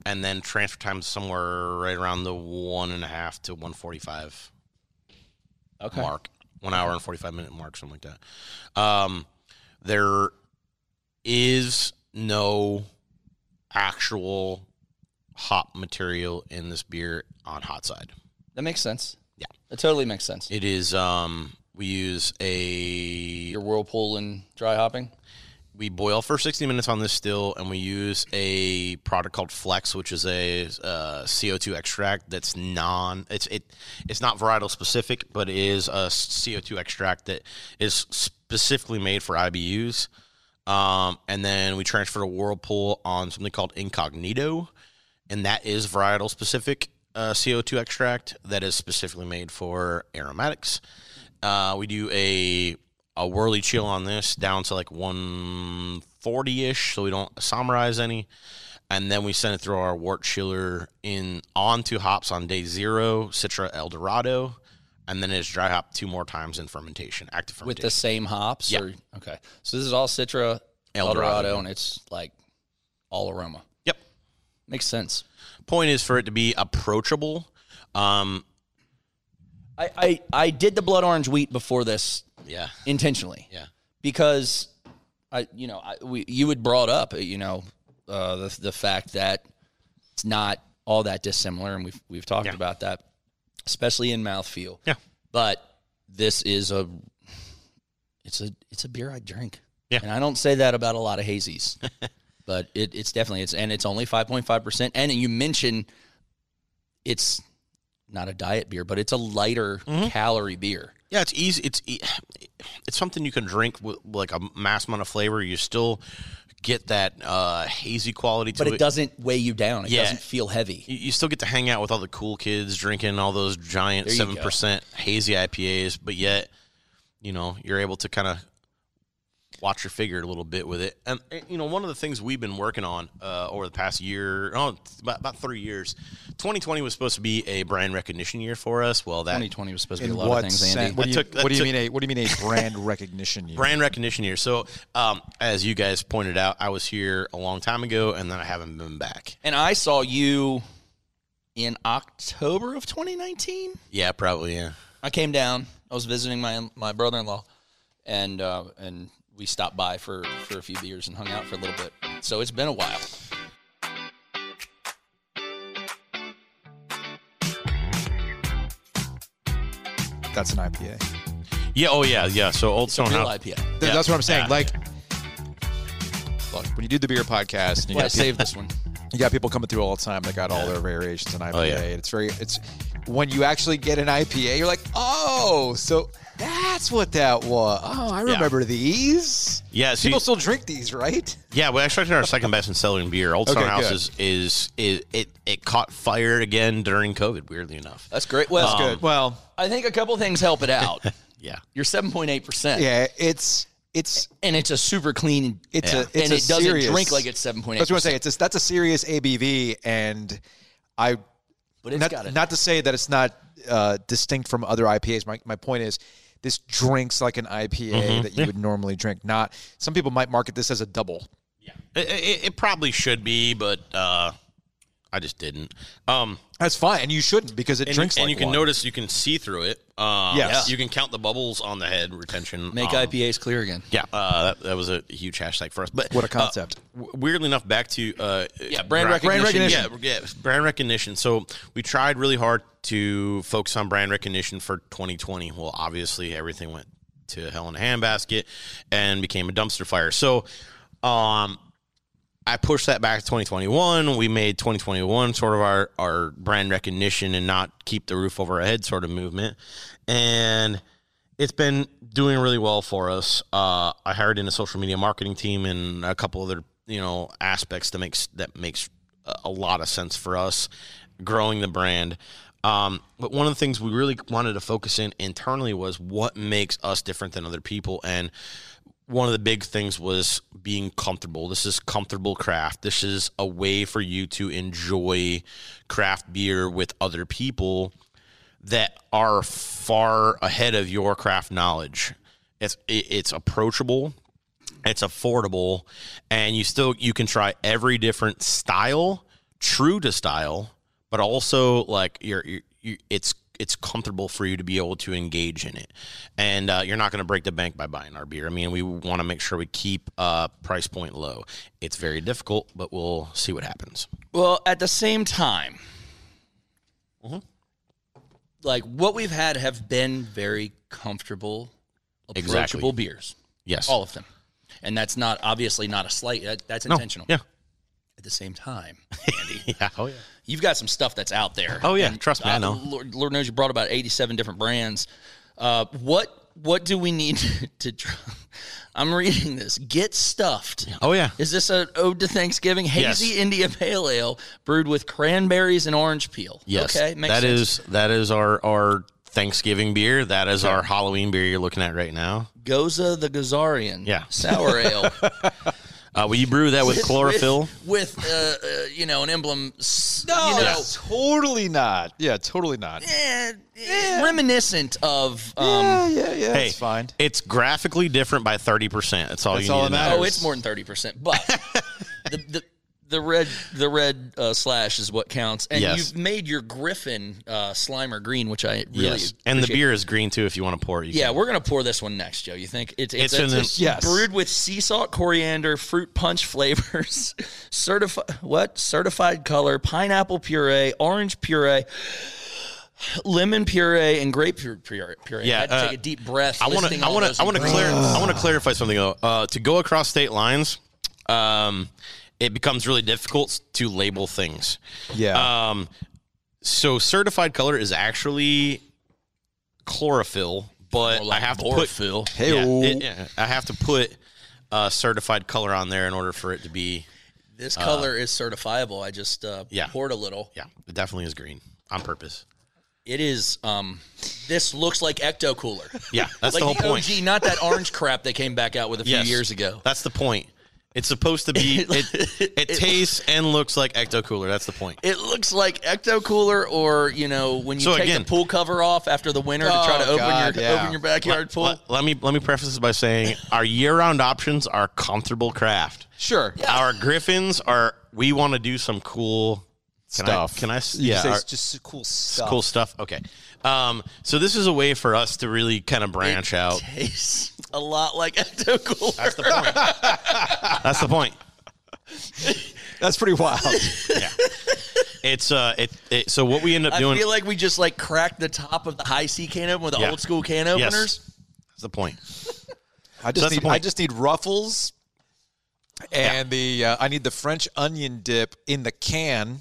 Speaker 4: and then transfer time somewhere right around the one and a half to 145
Speaker 3: Okay.
Speaker 4: mark, one hour and 45 minute mark, something like that. Um, there is no actual hop material in this beer on hot side.
Speaker 3: That makes sense.
Speaker 4: Yeah.
Speaker 3: that totally makes sense.
Speaker 4: It is, um, we use a,
Speaker 3: Your whirlpool and dry hopping.
Speaker 4: we boil for 60 minutes on this still, and we use a product called Flex, which is a uh, CO2 extract that's non, it's, it, it's not varietal specific, but it is a CO2 extract that is specifically made for IBUs. Um, and then we transfer to Whirlpool on something called Incognito, and that is varietal specific uh, CO2 extract that is specifically made for aromatics. Uh, we do a a whirly chill on this down to like 140 ish, so we don't isomerize any. And then we send it through our wort chiller in onto hops on day zero, Citra Eldorado, and then it's dry hop two more times in fermentation, active
Speaker 3: with
Speaker 4: fermentation.
Speaker 3: the same hops.
Speaker 4: Yeah.
Speaker 3: Or, okay. So this is all Citra,
Speaker 4: Eldorado.
Speaker 3: Eldorado, and it's like all aroma.
Speaker 4: yep.
Speaker 3: Makes sense.
Speaker 4: point is for it to be approachable. Um,
Speaker 3: I, I I did the blood orange wheat before this
Speaker 4: yeah,
Speaker 3: intentionally.
Speaker 4: yeah,
Speaker 3: because I, you know, I, we, you had brought up, uh, you know, uh, the the fact that it's not all that dissimilar, and we've we've talked about that, especially in mouthfeel.
Speaker 4: Yeah.
Speaker 3: but this is a, it's a it's a beer I drink.
Speaker 4: Yeah.
Speaker 3: and I don't say that about a lot of hazies, but it, it's definitely it's and it's only five point five percent. And you mentioned it's not a diet beer, but it's a lighter
Speaker 4: Mm-hmm.
Speaker 3: calorie beer.
Speaker 4: yeah. It's easy. It's e- it's something you can drink with like a mass amount of flavor. You still get that uh, hazy quality to
Speaker 3: But it
Speaker 4: it.
Speaker 3: doesn't weigh you down. It
Speaker 4: Yeah.
Speaker 3: doesn't feel heavy.
Speaker 4: You you still get to hang out with all the cool kids drinking all those giant
Speaker 3: There you
Speaker 4: seven
Speaker 3: go.
Speaker 4: percent hazy IPAs, but yet, you know, you're able to kind of watch your figure a little bit with it. And eh, you know, one of the things we've been working on uh, over the past year, oh, about, about three years, 2020 was supposed to be a brand recognition year for us. Well, that
Speaker 3: 2020 was supposed to be
Speaker 2: In
Speaker 3: a lot
Speaker 2: what
Speaker 3: of things,
Speaker 2: sense?
Speaker 3: Andy.
Speaker 2: What do you,
Speaker 4: That took- that
Speaker 2: what do you
Speaker 4: took-
Speaker 2: mean a what do you mean a brand recognition year?
Speaker 4: brand recognition year. So, um, as you guys pointed out, I was here a long time ago, and then I haven't been back.
Speaker 3: And I saw you in October of 2019.
Speaker 4: Yeah, probably. Yeah.
Speaker 3: I came down. I was visiting my my brother in law, and uh, and we stopped by for for a few beers and hung out for a little bit. So it's been a while.
Speaker 2: That's an IPA.
Speaker 4: Yeah. Oh, yeah. Yeah. So, Old Stone
Speaker 3: Real
Speaker 4: House.
Speaker 3: IPA.
Speaker 2: Th-
Speaker 4: Yeah.
Speaker 2: That's what I'm saying.
Speaker 4: Yeah.
Speaker 2: Like, look, when you do the beer podcast, and you,
Speaker 3: Well, I
Speaker 2: got people,
Speaker 3: saved this one.
Speaker 2: you got people coming through all the time that got all their variations on IPA.
Speaker 4: yeah.
Speaker 2: and It's very, it's when you actually get an IPA, you're like, oh, so That's what that was. Oh, I remember these.
Speaker 4: Yeah, so
Speaker 2: People
Speaker 4: you-
Speaker 2: still drink these, right?
Speaker 4: Yeah, we actually did our second best in selling beer. Old Summer
Speaker 2: Okay,
Speaker 4: House
Speaker 2: good.
Speaker 4: is, is, is it it caught fire again during COVID. Weirdly enough.
Speaker 2: Uh,
Speaker 3: That's great. Well,
Speaker 4: Um,
Speaker 2: Well,
Speaker 3: I think a couple things help it out.
Speaker 4: Yeah.
Speaker 3: You're 7.8%.
Speaker 2: yeah, it's it's
Speaker 3: And it's a super clean.
Speaker 2: it's
Speaker 4: Yeah.
Speaker 2: a it's
Speaker 3: and
Speaker 2: a
Speaker 3: it doesn't
Speaker 2: serious,
Speaker 3: drink like it's 7.8%.
Speaker 2: I was going to say it's a, that's a serious ABV, and I
Speaker 3: but it's
Speaker 2: not,
Speaker 3: got it.
Speaker 2: not to say that it's not uh, distinct from other IPAs. My, my point is, this drinks like an IPA
Speaker 4: Mm-hmm.
Speaker 2: that you would normally drink. Not some people might market this as a double.
Speaker 4: It, it, it probably should be, but uh, I just didn't. Um,
Speaker 2: That's fine, and you shouldn't because it
Speaker 4: and,
Speaker 2: drinks
Speaker 4: and
Speaker 2: like
Speaker 4: you can
Speaker 2: one.
Speaker 4: notice you can see through it. Um,
Speaker 2: Yes.
Speaker 4: You can count the bubbles on the head retention.
Speaker 3: Make
Speaker 4: um,
Speaker 3: IPAs clear again.
Speaker 4: Yeah, uh, that, that was a huge hashtag for us. But
Speaker 2: What a
Speaker 4: uh,
Speaker 2: concept.
Speaker 4: w- weirdly enough, back to uh, yeah,
Speaker 3: brand recognition.
Speaker 4: Yeah, yeah, brand recognition. So we tried really hard to focus on brand recognition for 2020. Well, obviously everything went to hell in a handbasket and became a dumpster fire. So, um, I pushed that back to 2021. We made 2021 sort of our, our brand recognition and not keep the roof over our head sort of movement. And it's been doing really well for us. Uh, I hired in a social media marketing team and a couple other you know aspects that makes that makes a- a lot of sense for us growing the brand. Um, but one of the things we really wanted to focus in internally was what makes us different than other people and one of the big things was being comfortable. This is comfortable craft. This is a way for you to enjoy craft beer with other people that are far ahead of your craft knowledge. It's it, it's approachable, it's affordable, and you still you can try every different style, true to style, but also like you're, you're, you it's it's comfortable for you to be able to engage in it, and uh, you're not going to break the bank by buying our beer. I mean, we want to make sure we keep uh, price point low. It's very difficult, but we'll see what happens.
Speaker 3: Well, at the same time,
Speaker 4: Mm-hmm.
Speaker 3: like what we've had have been very comfortable, approachable
Speaker 4: Exactly.
Speaker 3: beers,
Speaker 4: Yes.
Speaker 3: all of them, and that's not obviously not a slight. That, that's intentional.
Speaker 4: Yeah.
Speaker 3: At the same time,
Speaker 4: Yeah. Oh yeah.
Speaker 3: you've got some stuff that's out there. uh,
Speaker 4: Oh, yeah. Trust me, I know.
Speaker 3: Lord, Lord knows you brought about eighty-seven different brands. Uh, what what do we need to? Try? I'm reading this. Get stuffed.
Speaker 4: Oh yeah.
Speaker 3: Is this an ode to Thanksgiving?
Speaker 4: Yes.
Speaker 3: Hazy India Pale Ale brewed with cranberries and orange peel.
Speaker 4: Yes.
Speaker 3: Okay. Makes
Speaker 4: that
Speaker 3: sense.
Speaker 4: is- that is our our Thanksgiving beer. That is our Halloween beer you're looking at right now.
Speaker 3: Goza the Gazarian.
Speaker 4: Yeah.
Speaker 3: Sour ale.
Speaker 4: Uh, will you brew that with chlorophyll?
Speaker 3: With, with, uh, uh, you know, an emblem. s-
Speaker 2: No,
Speaker 3: You know,
Speaker 2: totally not. Yeah, totally not.
Speaker 3: eh, eh, reminiscent of. Um,
Speaker 2: yeah, yeah, yeah.
Speaker 4: Hey,
Speaker 2: it's fine.
Speaker 4: It's graphically different by thirty percent. That's all
Speaker 2: That's
Speaker 4: you
Speaker 2: all
Speaker 4: need.
Speaker 2: that
Speaker 4: to know.
Speaker 2: matters.
Speaker 3: Oh, it's more than thirty percent, but the, the the red the red uh, slash is what counts, and
Speaker 4: Yes.
Speaker 3: you've made your Griffin uh, Slimer green, which I really
Speaker 4: Yes, and the
Speaker 3: appreciate.
Speaker 4: beer is green too. If you want to pour it, you
Speaker 3: Yeah,
Speaker 4: can.
Speaker 3: we're gonna pour this one next, Joe. You think it's it's,
Speaker 4: It's
Speaker 3: it's,
Speaker 4: an-
Speaker 3: it's
Speaker 2: Yes.
Speaker 3: brewed with sea salt, coriander, fruit punch flavors, certified what certified color, pineapple puree, orange puree, lemon puree, and grape pu- puree. puree.
Speaker 4: Yeah,
Speaker 3: I had to
Speaker 4: uh,
Speaker 3: take a deep breath.
Speaker 4: I want to. I want to. I want to clear. I want to clarify something though. Uh, to go across state lines, um, it becomes really difficult to label things.
Speaker 2: Yeah.
Speaker 4: Um, so certified color is actually chlorophyll, but I have to put
Speaker 3: Phil.
Speaker 4: Yeah,
Speaker 2: Hey-o.
Speaker 4: it- yeah, I have to put uh, certified color on there in order for it to be.
Speaker 3: This color is certifiable. I just uh,
Speaker 4: Uh, Yeah.
Speaker 3: poured a little.
Speaker 4: Yeah, it definitely is green on purpose.
Speaker 3: It is. Um, this looks like Ecto Cooler.
Speaker 4: Yeah, that's
Speaker 3: like
Speaker 4: the whole
Speaker 3: the
Speaker 4: point.
Speaker 3: OG, not that orange crap they came back out with a few
Speaker 4: Yes,
Speaker 3: years ago.
Speaker 4: That's the point. It's supposed to be. It, it, tastes and looks like Ecto Cooler. That's the point.
Speaker 3: It looks like Ecto Cooler, or you know, when you
Speaker 4: So
Speaker 3: take
Speaker 4: again-
Speaker 3: the pool cover off after the winter to try to
Speaker 2: Oh,
Speaker 3: open
Speaker 2: God,
Speaker 3: your
Speaker 2: yeah.
Speaker 3: open your backyard pool.
Speaker 4: Let, let me let me preface this by saying our year-round options are comfortable craft.
Speaker 2: sure.
Speaker 4: Our Griffins are. We want to do some cool can I-
Speaker 2: stuff.
Speaker 4: can I? s-
Speaker 2: You
Speaker 4: yeah,
Speaker 2: can say
Speaker 4: our-
Speaker 2: it's just cool stuff.
Speaker 4: cool stuff. Okay. Um, so this is a way for us to really kind of branch out.
Speaker 3: Tastes a lot like Ecto Cooler.
Speaker 4: That's the point. That's the point.
Speaker 2: That's pretty wild.
Speaker 4: Yeah. It's uh it, it so what we end up
Speaker 3: I
Speaker 4: doing
Speaker 3: feel like we just like cracked the top of the high C can opener with the
Speaker 4: Yeah.
Speaker 3: old school can
Speaker 4: Yes.
Speaker 3: openers.
Speaker 4: That's the point.
Speaker 2: I
Speaker 4: that's
Speaker 2: just
Speaker 4: the
Speaker 2: need
Speaker 4: point.
Speaker 2: I just need ruffles and the uh, I need the French onion dip in the can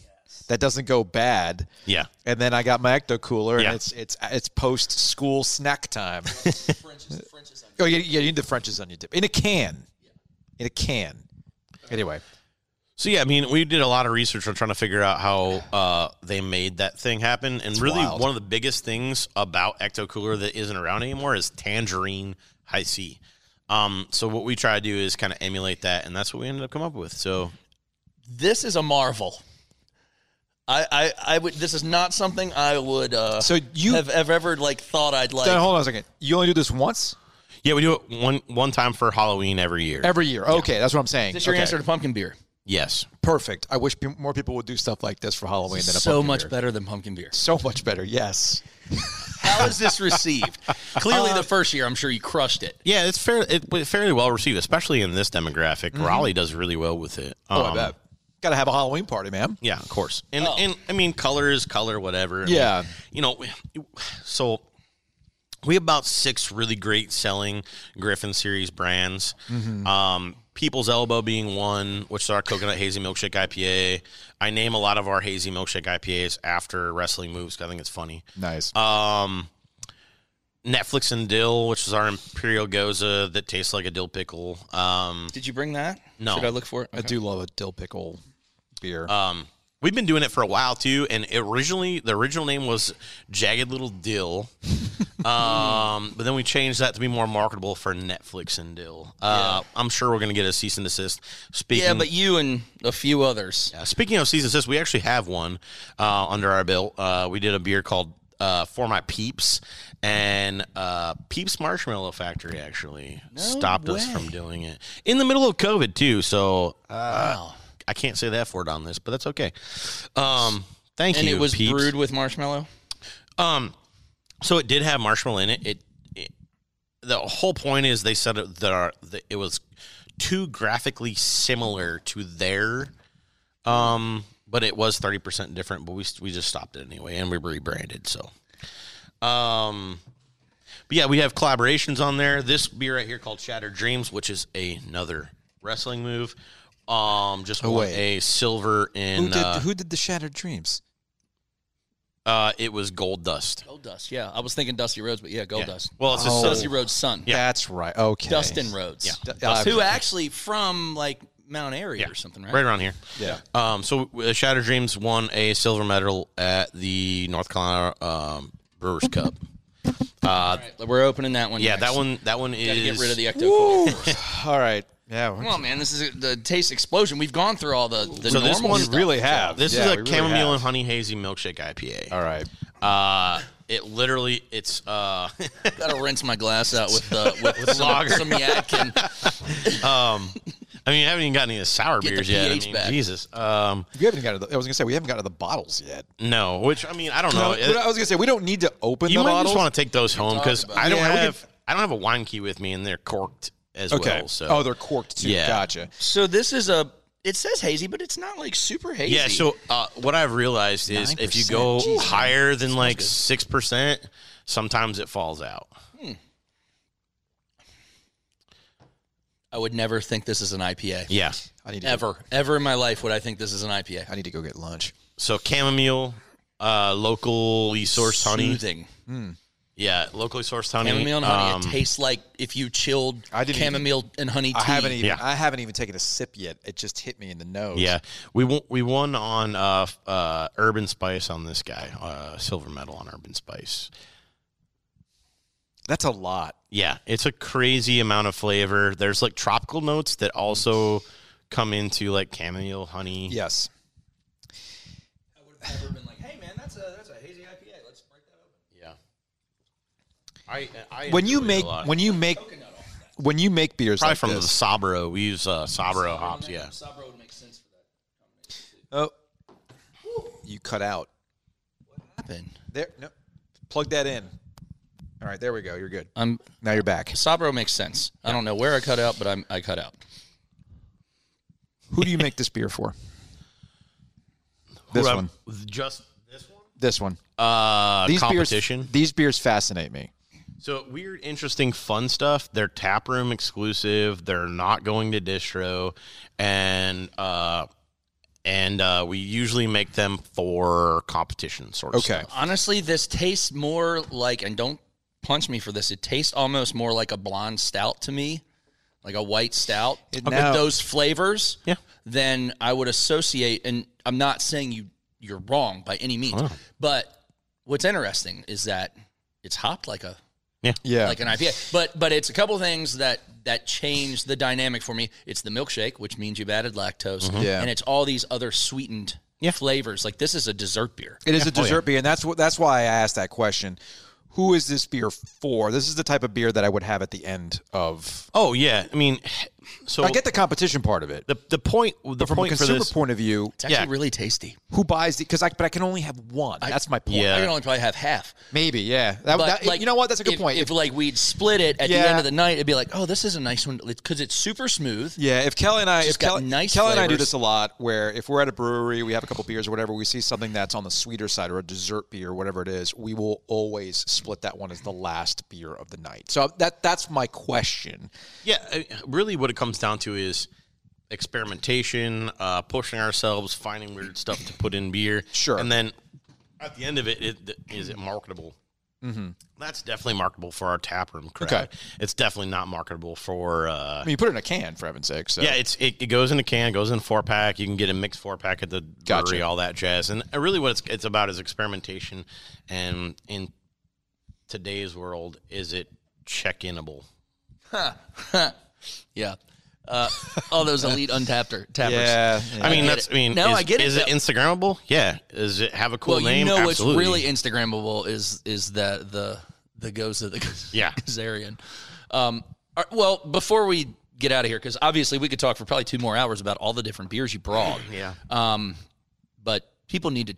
Speaker 2: that doesn't go bad.
Speaker 4: Yeah.
Speaker 2: And then I got my ecto cooler,
Speaker 4: Yeah.
Speaker 2: and it's it's it's post school snack time. oh yeah, yeah, you need the French's onion dip in a can, in a can. Anyway,
Speaker 4: So yeah, I mean, we did a lot of research on trying to figure out how uh, they made that thing happen, and really
Speaker 2: wild.
Speaker 4: one of the biggest things about Ecto Cooler that isn't around anymore is Tangerine High C. Um, so what we try to do is kind of emulate that, and that's what we ended up coming up with. So
Speaker 3: This is a marvel. I, I, I would. This is not something I would. Uh,
Speaker 2: So you-
Speaker 3: have, have ever like thought I'd like.
Speaker 2: Then hold on a second. You only do this once
Speaker 4: yeah, we do it one one time for Halloween every year.
Speaker 2: every year. Okay, that's what I'm saying.
Speaker 3: Is this your
Speaker 2: Okay.
Speaker 3: answer to pumpkin beer?
Speaker 4: yes,
Speaker 2: Perfect. I wish pe- more people would do stuff like this for Halloween than a
Speaker 3: so
Speaker 2: pumpkin
Speaker 3: much
Speaker 2: beer.
Speaker 3: better than pumpkin beer.
Speaker 2: So much better. Yes.
Speaker 3: How is this received? Clearly, the first year, I'm sure you crushed it.
Speaker 4: yeah, it's fair, it, was fairly well received, especially in this demographic. Raleigh does really well with it.
Speaker 2: Mm-hmm. Oh, I
Speaker 4: Um,
Speaker 2: bet. Got to have a Halloween party, man.
Speaker 4: Yeah, of course. And and I mean, color is color, whatever. I
Speaker 2: Yeah.
Speaker 4: mean, you know, so we have about six really great selling Griffin series brands.
Speaker 2: Mm-hmm.
Speaker 4: Um, People's Elbow being one, which is our coconut hazy milkshake IPA. I name a lot of our hazy milkshake IPAs after wrestling moves. 'cause I think it's funny.
Speaker 2: Nice.
Speaker 4: Netflix and Dill, which is our Imperial Goza that tastes like a dill pickle. Um,
Speaker 3: Did you bring that?
Speaker 4: No.
Speaker 3: Should I look for it?
Speaker 2: I do love a dill pickle beer.
Speaker 4: Um, We've been doing it for a while too, and originally the original name was Jagged Little Dill, um, but then we changed that to be more marketable for Netflix and Dill. Uh, I'm sure we're going to get a cease and desist. Speaking,
Speaker 3: Yeah, but you and a few others.
Speaker 4: uh, speaking of cease and desist, we actually have one uh, under our belt. Uh, we did a beer called uh, For My Peeps, and uh, Peeps Marshmallow Factory actually stopped us from doing it in the middle of COVID too. So uh,
Speaker 3: Wow.
Speaker 4: I can't say the F word on this, but that's okay. Um, thank
Speaker 3: And
Speaker 4: you.
Speaker 3: it was
Speaker 4: Peeps.
Speaker 3: brewed with marshmallow.
Speaker 4: So it did have marshmallow in it. It, it the whole point is they said it- that, our, that it was too graphically similar to their, um, but it was thirty percent different. But we we just stopped it anyway, and we rebranded. So, um, but yeah, we have collaborations on there. This beer right here called Shattered Dreams, which is another wrestling move. Um, just won
Speaker 2: wait.
Speaker 4: a silver in.
Speaker 2: who did
Speaker 4: uh,
Speaker 2: who did the Shattered Dreams?
Speaker 4: uh, it was Gold Dust.
Speaker 3: Gold dust. Yeah, I was thinking Dusty Rhodes, but yeah, Gold
Speaker 4: Yeah.
Speaker 3: Dust.
Speaker 4: Well, it's a
Speaker 2: Oh.
Speaker 4: silver-
Speaker 3: Dusty Rhodes' son,
Speaker 2: That's right. Okay.
Speaker 3: Dustin Rhodes.
Speaker 4: Yeah.
Speaker 2: D- uh,
Speaker 3: who actually from like Mount Airy or something, right?
Speaker 4: right around here.
Speaker 2: Yeah.
Speaker 4: Um, so uh, Shattered Dreams won a silver medal at the North Carolina um, Brewers Cup.
Speaker 3: Right, We're opening that one.
Speaker 4: Yeah,
Speaker 3: next.
Speaker 4: that one. That one is.
Speaker 3: Gotta get rid of the ecto cooler.
Speaker 2: All right. Yeah. we're-
Speaker 3: Come on, man. This is the taste explosion. We've gone through all the the
Speaker 4: So
Speaker 3: normal
Speaker 4: this one
Speaker 3: stuff.
Speaker 2: really have.
Speaker 4: This
Speaker 2: Yeah,
Speaker 4: is
Speaker 2: we
Speaker 4: a
Speaker 2: really
Speaker 4: chamomile
Speaker 2: have.
Speaker 4: and honey hazy milkshake IPA.
Speaker 2: All right.
Speaker 4: Uh, it literally, it's uh,
Speaker 3: Gotta rinse my glass out with uh, with, some, some yak and
Speaker 4: I mean, you haven't even gotten any of the sour
Speaker 3: Get the
Speaker 4: beers yet. I
Speaker 3: pH
Speaker 4: mean,
Speaker 3: back.
Speaker 4: Jesus. Um,
Speaker 2: We haven't gotten. To the, I was gonna say we haven't gotten to the bottles yet.
Speaker 4: no, which I mean, I don't know. Uh,
Speaker 2: No, but I was gonna say we don't need to open
Speaker 4: you
Speaker 2: the
Speaker 4: might
Speaker 2: bottles.
Speaker 4: just want to take those home because I don't
Speaker 2: Yeah, we
Speaker 4: have. I don't have a wine key with me, and they're corked as
Speaker 2: okay.
Speaker 4: well. So
Speaker 2: Oh, they're corked too.
Speaker 4: Yeah.
Speaker 2: Gotcha.
Speaker 3: So this is a. It says hazy, but it's not like super hazy.
Speaker 4: Yeah. So uh, what I've realized is if you
Speaker 2: 9%,
Speaker 4: go
Speaker 2: jeez, man.
Speaker 4: higher than like six percent, sometimes it falls out.
Speaker 3: I would never think this is an IPA.
Speaker 4: Yeah.
Speaker 2: I need to Go,
Speaker 3: Ever, ever in my life would I think this is an IPA.
Speaker 2: I need to go get lunch.
Speaker 4: So chamomile, uh, locally sourced honey.
Speaker 3: Soothing.
Speaker 4: Yeah, locally sourced honey.
Speaker 3: Chamomile and honey. it
Speaker 4: Um,
Speaker 3: tastes like if you chilled
Speaker 2: I didn't
Speaker 3: chamomile and honey tea.
Speaker 2: I haven't even.
Speaker 4: Yeah.
Speaker 2: I haven't even taken a sip yet. It just hit me in the nose.
Speaker 4: yeah, we won. We won on uh, f- uh, Urban Spice on this guy, uh, silver medal on Urban Spice.
Speaker 2: That's a lot.
Speaker 4: Yeah, it's a crazy amount of flavor. There's like tropical notes that also come into like chamomile, honey.
Speaker 2: Yes.
Speaker 4: yeah. I, I
Speaker 2: When you
Speaker 4: enjoy it a
Speaker 2: make
Speaker 4: lot.
Speaker 2: when you make when you make beers
Speaker 4: Probably
Speaker 2: like
Speaker 4: from
Speaker 2: this,
Speaker 4: the Sabro. We use uh, Sabro hops. Yeah.
Speaker 3: Sabro would make sense for that.
Speaker 2: Oh, you cut out.
Speaker 3: Happen.
Speaker 2: There, no, plug that in. All right, there we go. You're good.
Speaker 3: I'm
Speaker 2: Now you're back.
Speaker 3: Sabro makes sense. I don't know where I cut out, but I'm, I cut out.
Speaker 2: Who do you make this beer for? This
Speaker 4: Who I-
Speaker 2: one.
Speaker 4: Just this one.
Speaker 2: This one.
Speaker 4: Uh,
Speaker 2: These
Speaker 4: competition.
Speaker 2: beers. These beers fascinate me.
Speaker 4: so weird, interesting, fun stuff. They're tap room exclusive. They're not going to distro, and uh, and uh, we usually make them for competition sort of
Speaker 2: Okay.
Speaker 4: stuff.
Speaker 3: Honestly, this tastes more like, and don't punch me for this. It tastes almost more like a blonde stout to me, like a white stout with
Speaker 2: now-
Speaker 3: those flavors.
Speaker 4: Yeah.
Speaker 3: Then I would associate, and I'm not saying you you're wrong by any means, but what's interesting is that it's hopped like a
Speaker 2: Yeah.
Speaker 3: like an IPA. But but it's a couple things that that change the dynamic for me. It's the milkshake, which means you've added lactose,
Speaker 2: Mm-hmm. Yeah.
Speaker 3: and it's all these other sweetened flavors. Like this is a dessert beer.
Speaker 2: It
Speaker 4: Oh,
Speaker 2: is a dessert beer, and that's what that's why I asked that question. Who is this beer for? This is the type of beer that I would have at the end of.
Speaker 4: Oh yeah, I mean, so
Speaker 2: I get the competition part of it,
Speaker 4: the the point the
Speaker 2: but from a
Speaker 4: point for
Speaker 2: consumer
Speaker 4: this.
Speaker 2: point of view,
Speaker 3: It's actually
Speaker 4: Yeah.
Speaker 3: really tasty.
Speaker 2: who buys the? Because I but I can only have one. that's my point.
Speaker 4: Yeah.
Speaker 3: I can only probably have half.
Speaker 2: Maybe. Yeah. That,
Speaker 3: But
Speaker 2: Oh, that-
Speaker 3: like,
Speaker 2: you know what? That's a good
Speaker 3: if-
Speaker 2: point.
Speaker 3: If, like we'd split it at the
Speaker 2: Yeah.
Speaker 3: end of the night, it'd be like, oh, this is a nice one because it's super smooth.
Speaker 2: Yeah, if Kelly and I,
Speaker 3: Just
Speaker 2: if
Speaker 3: got
Speaker 2: Kelly,
Speaker 3: nice
Speaker 2: Kelly and I do
Speaker 3: flavors.
Speaker 2: this a lot, where if we're at a brewery, we have a couple beers or whatever, we see something that's on the sweeter side or a dessert beer or whatever it is, we will always split that one as the last beer of the night. So that that's my question.
Speaker 4: Yeah, I- really, what it comes down to is experimentation, uh, pushing ourselves, finding weird stuff to put in beer.
Speaker 2: Sure.
Speaker 4: and then at the end of it, it th- is it marketable? Mm-hmm. That's definitely marketable for our taproom crowd.
Speaker 2: Okay.
Speaker 4: It's definitely not marketable for.
Speaker 2: I
Speaker 4: Uh,
Speaker 2: mean, you put it in a can for heaven's sake. So
Speaker 4: yeah, it's it, it goes in a can, goes in a four pack. You can get a mixed four pack at the
Speaker 2: Gotcha.
Speaker 4: brewery, all that jazz. And uh, really, what it's it's about is experimentation. And in today's world, is it check inable?
Speaker 3: Yeah. Uh, all those elite untapped or tappers.
Speaker 2: yeah,
Speaker 4: I mean,
Speaker 3: get
Speaker 4: that's.
Speaker 3: it.
Speaker 4: I mean,
Speaker 3: No,
Speaker 4: is,
Speaker 3: I get it,
Speaker 4: Is it
Speaker 3: though.
Speaker 4: Instagrammable? Yeah. Does it have a cool
Speaker 3: Well, you
Speaker 4: name?
Speaker 3: know
Speaker 4: Absolutely.
Speaker 3: what's really Instagrammable is is the the the goes of the
Speaker 4: Yeah.
Speaker 3: Kazarian. Um, all right, well, before we get out of here, because obviously we could talk for probably two more hours about all the different beers you brought. Um,
Speaker 4: Yeah.
Speaker 3: but people need to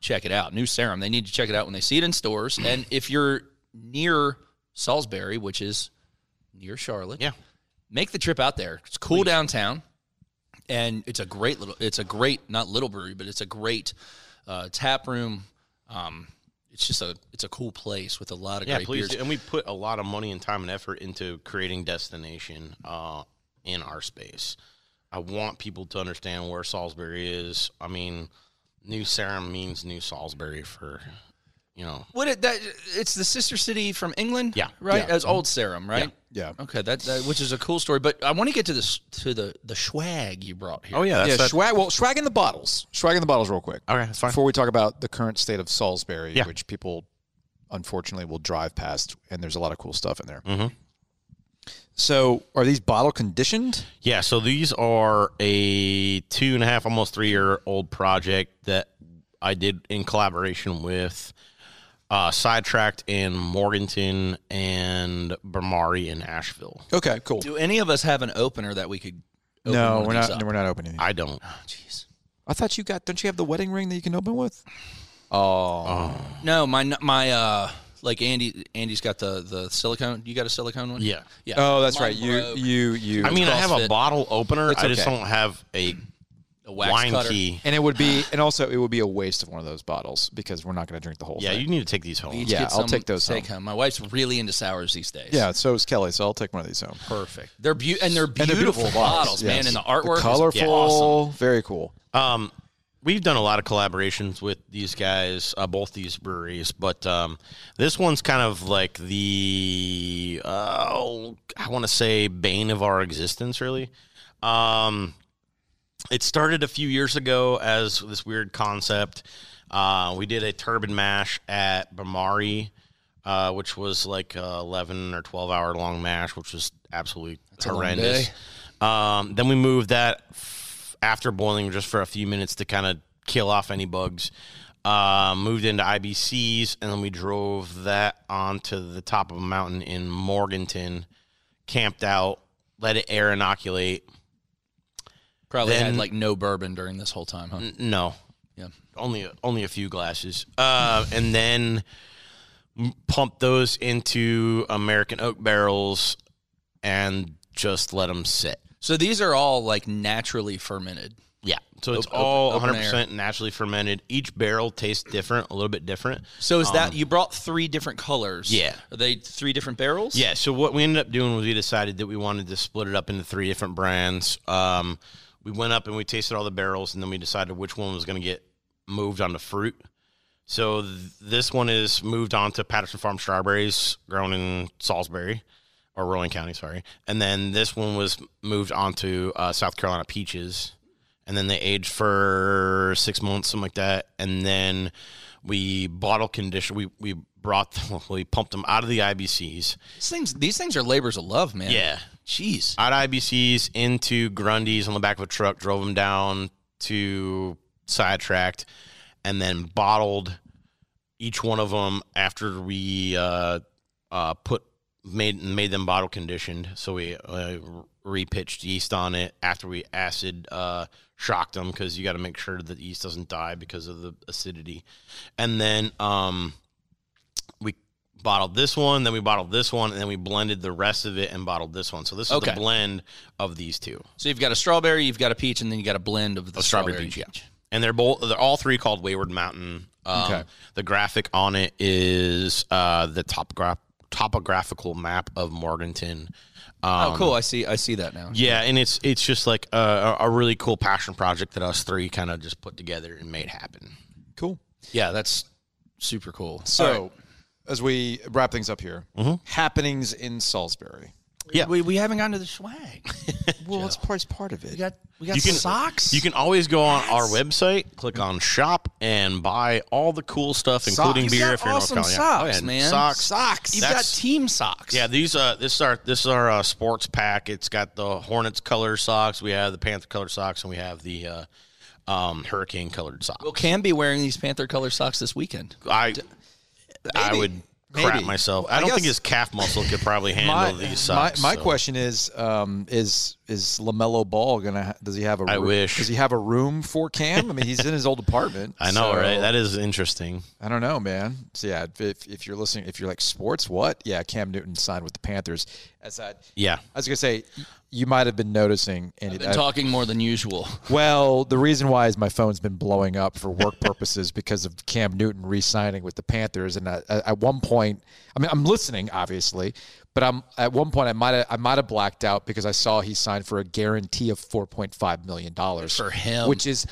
Speaker 3: check it out. New Serum, they need to check it out when they see it in stores. and if you're near Salisbury, which is near Charlotte,
Speaker 4: yeah.
Speaker 3: make the trip out there. It's cool downtown, and it's a great little. It's a great not little brewery, but it's a great uh, tap room. Um, it's just a it's a cool place with a lot of
Speaker 4: Yeah.
Speaker 3: great
Speaker 4: Please.
Speaker 3: beers.
Speaker 4: do. And we put a lot of money and time and effort into creating destination uh, in our space. I want people to understand where Salisbury is. I mean, New Sarum means New Salisbury for, you know.
Speaker 3: What it, that it's the sister city from England,
Speaker 4: Yeah.
Speaker 3: right? As Old Sarum, right?
Speaker 2: Yeah. Yeah.
Speaker 3: Okay, that, that which is a cool story, but I want to get to this to the the swag you brought here.
Speaker 4: Oh, yeah.
Speaker 2: Oh, yeah. Swag, well, swag in the bottles. Swag in the bottles, real quick.
Speaker 4: Okay, that's fine.
Speaker 2: Before we talk about the current state of Salisbury,
Speaker 4: Yeah.
Speaker 2: which people unfortunately will drive past, and there's a lot of cool stuff in there. Mm-hmm. So, are these bottle conditioned?
Speaker 4: Yeah, so these are a two and a half, almost three year old project that I did in collaboration with uh, Sidetracked in Morganton and Bermari in Asheville.
Speaker 2: Okay, cool.
Speaker 3: Do any of us have an opener that we could? Open
Speaker 2: No,
Speaker 3: one
Speaker 2: we're
Speaker 3: of these
Speaker 2: not.
Speaker 3: up?
Speaker 2: We're not opening. these.
Speaker 4: I don't.
Speaker 3: Jeez.
Speaker 2: I thought you got. Don't you have the wedding ring that you can open with? Oh,
Speaker 3: No, my my uh like Andy Andy's got the the silicone. You got a silicone one?
Speaker 4: Yeah.
Speaker 3: Yeah.
Speaker 2: oh, that's
Speaker 3: Mine
Speaker 2: right. You,
Speaker 3: broke.
Speaker 2: you, you.
Speaker 4: I mean, I have a
Speaker 3: CrossFit.
Speaker 4: bottle opener. I just
Speaker 2: okay.
Speaker 4: don't have a
Speaker 3: a wax
Speaker 4: wine
Speaker 3: cutter.
Speaker 4: key.
Speaker 2: and it would be, and also it would be a waste of one of those bottles because we're not going to drink the whole
Speaker 4: Yeah,
Speaker 2: thing.
Speaker 4: you need to take these home.
Speaker 3: Let's
Speaker 2: Yeah,
Speaker 3: get
Speaker 2: I'll
Speaker 3: some
Speaker 2: take those
Speaker 3: Take home. My wife's really into sours these days.
Speaker 2: yeah. So is Kelly. So I'll take one of these home.
Speaker 3: Perfect. They're beautiful and they're
Speaker 2: And
Speaker 3: beautiful,
Speaker 2: they're
Speaker 3: bottles, man.
Speaker 2: yes.
Speaker 3: And the artwork, is
Speaker 2: colorful,
Speaker 3: awesome.
Speaker 2: very cool.
Speaker 4: Um, we've done a lot of collaborations with these guys, uh, both these breweries, but um, this one's kind of like the uh, I want to say bane of our existence, really. Um, it started a few years ago as this weird concept. Uh, we did a turban mash at Bamari, uh, which was like a 11 or 12 hour long mash, which was absolutely horrendous. Um, then we moved that f- after boiling just for a few minutes to kind of kill off any bugs. Uh, moved into IBCs, and then we drove that onto the top of a mountain in Morganton, camped out, let it air inoculate.
Speaker 3: Probably had
Speaker 4: Then- Mm.
Speaker 3: like no bourbon during this whole time, huh?
Speaker 4: N- No.
Speaker 3: Yeah.
Speaker 4: Only only a few glasses. Uh, and then m- pump those into American oak barrels and just let them sit.
Speaker 3: So these are all like naturally fermented.
Speaker 4: Yeah. So it's
Speaker 3: Open-
Speaker 4: all
Speaker 3: open- open
Speaker 4: 100% naturally fermented. Each barrel tastes different, a little bit different.
Speaker 3: So is that you brought three different colors?
Speaker 4: Yeah.
Speaker 3: Are they three different barrels?
Speaker 4: Yeah. So what we ended up doing was we decided that we wanted to split it up into three different brands. Um, we went up and we tasted all the barrels, and then we decided which one was going to get moved onto fruit. So th- this one is moved on to Patterson Farm strawberries, grown in Salisbury or Rowan County, sorry. And then this one was moved on to uh, South Carolina peaches, and then they aged for six months, something like that. And then we bottle condition. We we brought them, we pumped them out of the IBCs,
Speaker 5: These things, these things are labors of love, man.
Speaker 4: Yeah.
Speaker 5: Jeez.
Speaker 4: out of IBCs into Grundy's on the back of a truck, drove them down to sidetracked, and then bottled each one of them after we uh, uh, put made made them bottle conditioned. So we uh, repitched yeast on it after we acid uh, shocked them because you got to make sure that the yeast doesn't die because of the acidity, and then. Um, we bottled this one, then we bottled this one, and then we blended the rest of it and bottled this one. So this is
Speaker 5: Okay.
Speaker 4: the blend of these two.
Speaker 5: So you've got a strawberry, you've got a peach, and then you got a blend of the
Speaker 4: strawberry
Speaker 5: strawberry,
Speaker 4: peach,
Speaker 5: and
Speaker 4: yeah. And they're both they're all three called Wayward Mountain. Um,
Speaker 2: Okay.
Speaker 4: The graphic on it is uh, the topograph- topographical map of Morganton. Um,
Speaker 5: Oh, cool. I see. I see that now.
Speaker 4: Yeah, and it's it's just like a, a a really cool passion project that us three kind of just put together and made happen.
Speaker 2: Cool.
Speaker 5: Yeah, that's super cool.
Speaker 2: So, as we wrap things up here, happenings in Salisbury.
Speaker 4: Yeah.
Speaker 5: we, we haven't gotten to the swag.
Speaker 2: Well, that's part, part of it.
Speaker 5: We got we got
Speaker 4: You can-
Speaker 5: socks.
Speaker 4: You can always go on our website, click on shop, and buy all the cool stuff, including
Speaker 5: You've
Speaker 4: beer
Speaker 5: got
Speaker 4: if you're in North
Speaker 5: awesome
Speaker 4: Carolina. Oh,
Speaker 5: socks,
Speaker 4: and
Speaker 5: man.
Speaker 4: Socks.
Speaker 5: socks. You've
Speaker 4: That's-
Speaker 5: got team socks.
Speaker 4: Yeah, these uh, this is our this is our uh, sports pack. It's got the Hornets color socks. We have the Panther color socks, and we have the uh, um, Hurricane colored socks.
Speaker 5: Will can be wearing these Panther color socks this weekend.
Speaker 4: I I
Speaker 2: Maybe.
Speaker 4: would crap
Speaker 2: Maybe.
Speaker 4: myself.
Speaker 2: I
Speaker 4: I don't think
Speaker 2: guess-
Speaker 4: his calf muscle could probably handle
Speaker 2: My,
Speaker 4: these socks.
Speaker 2: my, my
Speaker 4: so.
Speaker 2: question is, um, is is Lamelo Ball gonna? ha- Does he have a?
Speaker 4: I
Speaker 2: roo-
Speaker 4: wish.
Speaker 2: Does he have a room for Cam? I mean, he's in his old apartment.
Speaker 4: I know,
Speaker 2: so-
Speaker 4: right? That is interesting.
Speaker 2: I don't know, man. So yeah, if, if you're listening, if you're like sports, what? Yeah, Cam Newton signed with the Panthers. As that,
Speaker 4: Yeah.
Speaker 2: I was gonna say, y- you might have been noticing. And
Speaker 5: Been
Speaker 2: I-
Speaker 5: talking more than usual.
Speaker 2: well, the reason why is my phone's been blowing up for work purposes because of Cam Newton re-signing with the Panthers. And I, I- at one point, I mean, I'm listening, obviously, but I'm at one point I might have I might have blacked out because I saw he signed for a guarantee of 4.5 million dollars
Speaker 5: for him.
Speaker 2: which is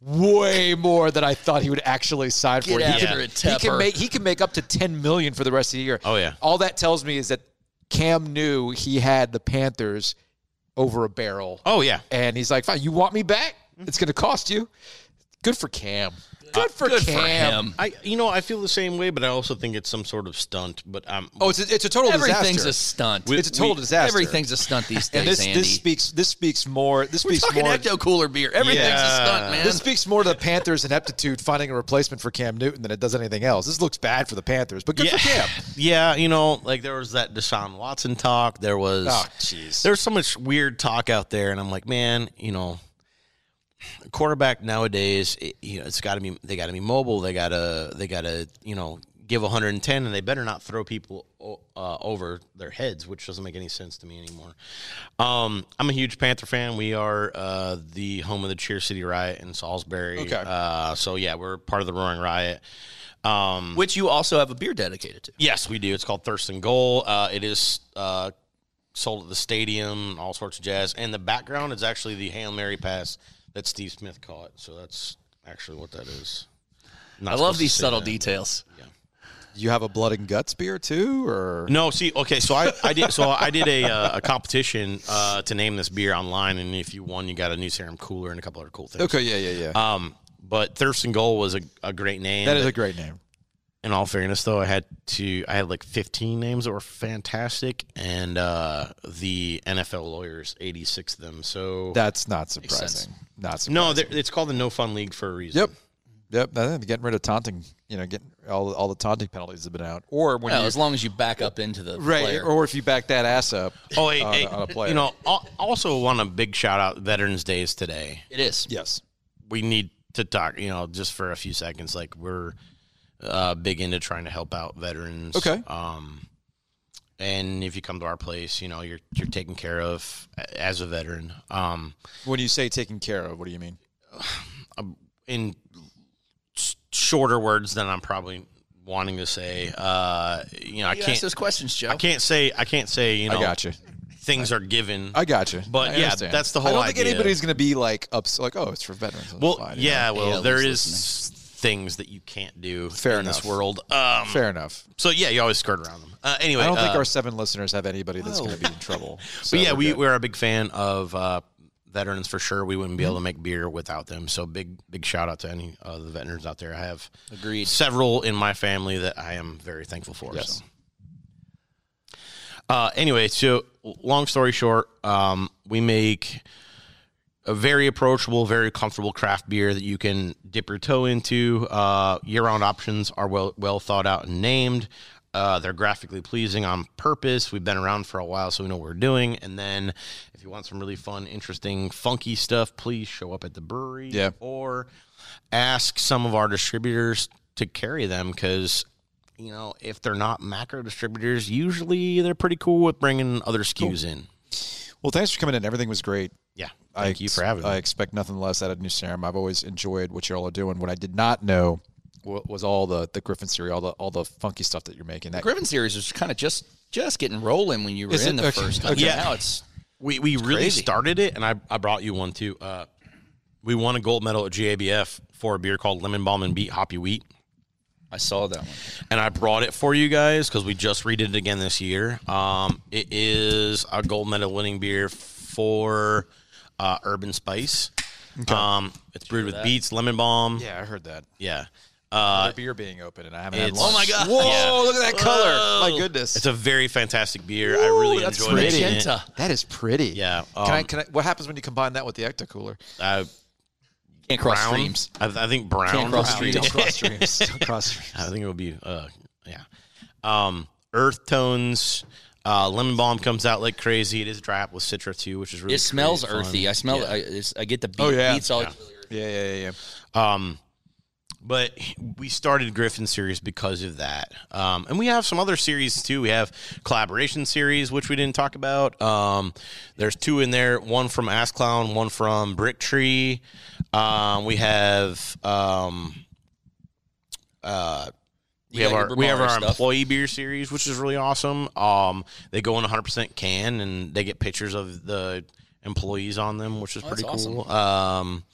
Speaker 2: way more than I thought he would actually sign for.
Speaker 5: Get after
Speaker 2: he, can,
Speaker 5: it,
Speaker 2: he can
Speaker 5: Tepper.
Speaker 2: make he can make up to 10 million for the rest of the year.
Speaker 4: Oh, yeah.
Speaker 2: All that tells me is that Cam knew he had the Panthers over a barrel.
Speaker 4: Oh yeah.
Speaker 2: And he's like, fine, you want me back? It's going to cost you. Good for Cam. Good for
Speaker 5: Good
Speaker 2: Cam.
Speaker 5: for him.
Speaker 4: I you know I feel the same way, but I also think it's some sort of stunt. But um,
Speaker 2: Oh, it's a, it's a total
Speaker 5: Everything's
Speaker 2: disaster.
Speaker 5: a stunt.
Speaker 2: it's a total disaster.
Speaker 5: Everything's a stunt these days,
Speaker 2: and this,
Speaker 5: Andy.
Speaker 2: this speaks this speaks more this
Speaker 5: We're
Speaker 2: speaks
Speaker 5: talking
Speaker 2: more
Speaker 5: ecto cooler beer. Everything's a stunt, man.
Speaker 2: This speaks more to the Panthers' ineptitude finding a replacement for Cam Newton than it does anything else. This looks bad for the Panthers, but good
Speaker 4: yeah,
Speaker 2: for Cam.
Speaker 4: yeah, you know, like there was that Deshaun Watson talk. There was
Speaker 2: Oh, jeez.
Speaker 4: There's so much weird talk out there, and I'm like, man, you know, quarterback nowadays, it, you know, it's got to be they got to be mobile. They gotta they gotta you know give 110, and they better not throw people o- uh, over their heads, which doesn't make any sense to me anymore. Um, I'm a huge Panther fan. We are uh, the home of the Cheer City Riot in Salisbury.
Speaker 2: Okay.
Speaker 4: uh, so yeah, we're part of the Roaring Riot. Um,
Speaker 5: which you also have a beer dedicated to.
Speaker 4: Yes, we do. It's called Thirst and Goal. Uh, it is uh, sold at the stadium, all sorts of jazz. And the background is actually the Hail Mary pass that Steve Smith caught. So that's actually what that is. Not
Speaker 5: I
Speaker 4: supposed
Speaker 5: love
Speaker 4: to
Speaker 5: these
Speaker 4: say
Speaker 5: subtle
Speaker 4: that.
Speaker 5: details.
Speaker 2: You have a blood and guts beer too, or
Speaker 4: No, see, okay, so I, I did so I did a uh, a competition uh, to name this beer online, and if you won, you got a new serum cooler and a couple other cool things.
Speaker 2: okay, yeah, yeah, yeah.
Speaker 4: Um, but Thirst and Goal was a, a great name.
Speaker 2: that is a great name.
Speaker 4: in all fairness though i had to i had like 15 names that were fantastic and uh the nfl lawyers 86 of them so
Speaker 2: That's not surprising. Not surprising.
Speaker 4: no they're- it's called the no fun league for a reason
Speaker 2: Yep. Yep. I think getting rid of taunting, you know, getting all all the taunting penalties have been out, or when
Speaker 5: Well,
Speaker 2: you
Speaker 5: as long as you back up into the
Speaker 2: right,
Speaker 5: player.
Speaker 2: or if you back that ass up.
Speaker 4: oh hey,
Speaker 2: on,
Speaker 4: hey,
Speaker 2: a- on a player.
Speaker 4: you know al- also want a big shout out veterans days today
Speaker 5: it is.
Speaker 2: yes.
Speaker 4: we need to talk you know just for a few seconds like we're uh big into trying to help out veterans
Speaker 2: Okay.
Speaker 4: um and if you come to our place you know you're you're taken care of a- as a veteran um
Speaker 2: When you say taken care of, what do you mean?
Speaker 4: in s- shorter words than I'm probably wanting to say. Uh, you know, I
Speaker 5: You asked
Speaker 4: can't.
Speaker 5: those questions, Joe.
Speaker 4: I can't say. I can't say. You know,
Speaker 2: I got you.
Speaker 4: things are given.
Speaker 2: I got you.
Speaker 4: But
Speaker 2: I
Speaker 4: yeah,
Speaker 2: understand.
Speaker 4: that's the whole.
Speaker 2: I don't think
Speaker 4: idea.
Speaker 2: anybody's going to be like ups like oh it's for veterans. That's
Speaker 4: Well,
Speaker 2: fine, you know?
Speaker 4: yeah, well, there
Speaker 5: who's
Speaker 4: is things that you can't do
Speaker 2: Fair
Speaker 4: in
Speaker 2: enough.
Speaker 4: this world. Um,
Speaker 2: fair enough.
Speaker 4: So yeah, you always skirt around them. Uh, anyway,
Speaker 2: I don't think
Speaker 4: uh, Oh.
Speaker 2: our seven listeners have anybody that's going to be in trouble. So
Speaker 4: but yeah,
Speaker 2: we're
Speaker 4: we
Speaker 2: good.
Speaker 4: we're a big fan of uh, veterans for sure. We wouldn't be
Speaker 2: Mm-hmm.
Speaker 4: able to make beer without them. So big big shout out to any of the veterans out there. I have
Speaker 5: Agreed.
Speaker 4: several in my family that I am very thankful for.
Speaker 2: Yes.
Speaker 4: So. Uh, anyway, so long story short, um, we make a very approachable, very comfortable craft beer that you can dip your toe into. Uh, year-round options are well well thought out and named. Uh, they're graphically pleasing on purpose. We've been around for a while, so we know what we're doing. And then, if you want some really fun, interesting, funky stuff, please show up at the brewery
Speaker 2: Yeah.
Speaker 4: or ask some of our distributors to carry them because you know if they're not macro distributors, usually they're pretty cool with bringing other SKUs in.
Speaker 2: well, thanks for coming in. Everything was great.
Speaker 4: Yeah, thank
Speaker 2: I
Speaker 4: you
Speaker 2: ex-
Speaker 4: for having me.
Speaker 2: I expect nothing less out of New Serum. I've always enjoyed what you all are doing. What I did not know wa- was all the the Griffin series, all the all the funky stuff that you're making. That
Speaker 5: Griffin series was kind of just just getting rolling when you were
Speaker 2: Is
Speaker 5: in
Speaker 2: it?
Speaker 5: the
Speaker 2: Okay.
Speaker 5: first time.
Speaker 2: Okay.
Speaker 5: Yeah. Now it's
Speaker 4: We we really
Speaker 5: crazy.
Speaker 4: started it, and I, I brought you one too. Uh, we won a gold medal at GABF for a beer called Lemon Balm and Beet Hoppy Wheat,
Speaker 5: I saw that one.
Speaker 4: and I brought it for you guys because we just redid it again this year. Um, it is a gold medal winning beer for uh, Urban Spice. Um, it's brewed with beets, lemon balm.
Speaker 2: yeah, I heard that.
Speaker 4: yeah. Uh,
Speaker 2: beer being open, and I haven't had
Speaker 4: it's-
Speaker 2: lunch.
Speaker 4: Oh my God.
Speaker 2: Whoa!
Speaker 4: Yeah.
Speaker 2: Look at that color. Oh, My
Speaker 4: Whoa.
Speaker 2: goodness.
Speaker 4: it's a very fantastic beer. I really
Speaker 2: that's
Speaker 4: enjoyed making it.
Speaker 5: Magenta.
Speaker 2: that is pretty.
Speaker 4: Yeah,
Speaker 2: can I?
Speaker 4: um,
Speaker 2: Can I? What happens when you combine that with the ecto cooler?
Speaker 4: Uh,
Speaker 5: Can't cross
Speaker 4: brown.
Speaker 5: streams.
Speaker 4: I, I think
Speaker 5: cross
Speaker 4: brown. Brown.
Speaker 5: streams.
Speaker 2: Don't cross streams. Don't cross streams.
Speaker 4: I think it would be uh yeah. Um earth tones uh lemon balm comes out like crazy. It is dry apple with citra too, which is really
Speaker 5: It smells
Speaker 4: creative fun.
Speaker 5: earthy. I smell
Speaker 4: Yeah.
Speaker 5: I, it's, I get the beat,
Speaker 2: Oh, yeah.
Speaker 5: beats all
Speaker 2: Yeah, yeah, yeah, yeah.
Speaker 4: Um but we started Griffin series because of that. Um, and we have some other series too. We have collaboration series, which we didn't talk about. Um, there's two in there one from Ass Clown, one from Brick Tree. Um, we have um, uh, we
Speaker 5: You
Speaker 4: have
Speaker 5: got
Speaker 4: our
Speaker 5: your
Speaker 4: we have
Speaker 5: Bavarian
Speaker 4: our
Speaker 5: stuff.
Speaker 4: employee beer series, which is really awesome. Um, they go in 100 percent can, and they get pictures of the employees on them, which is pretty cool. Um,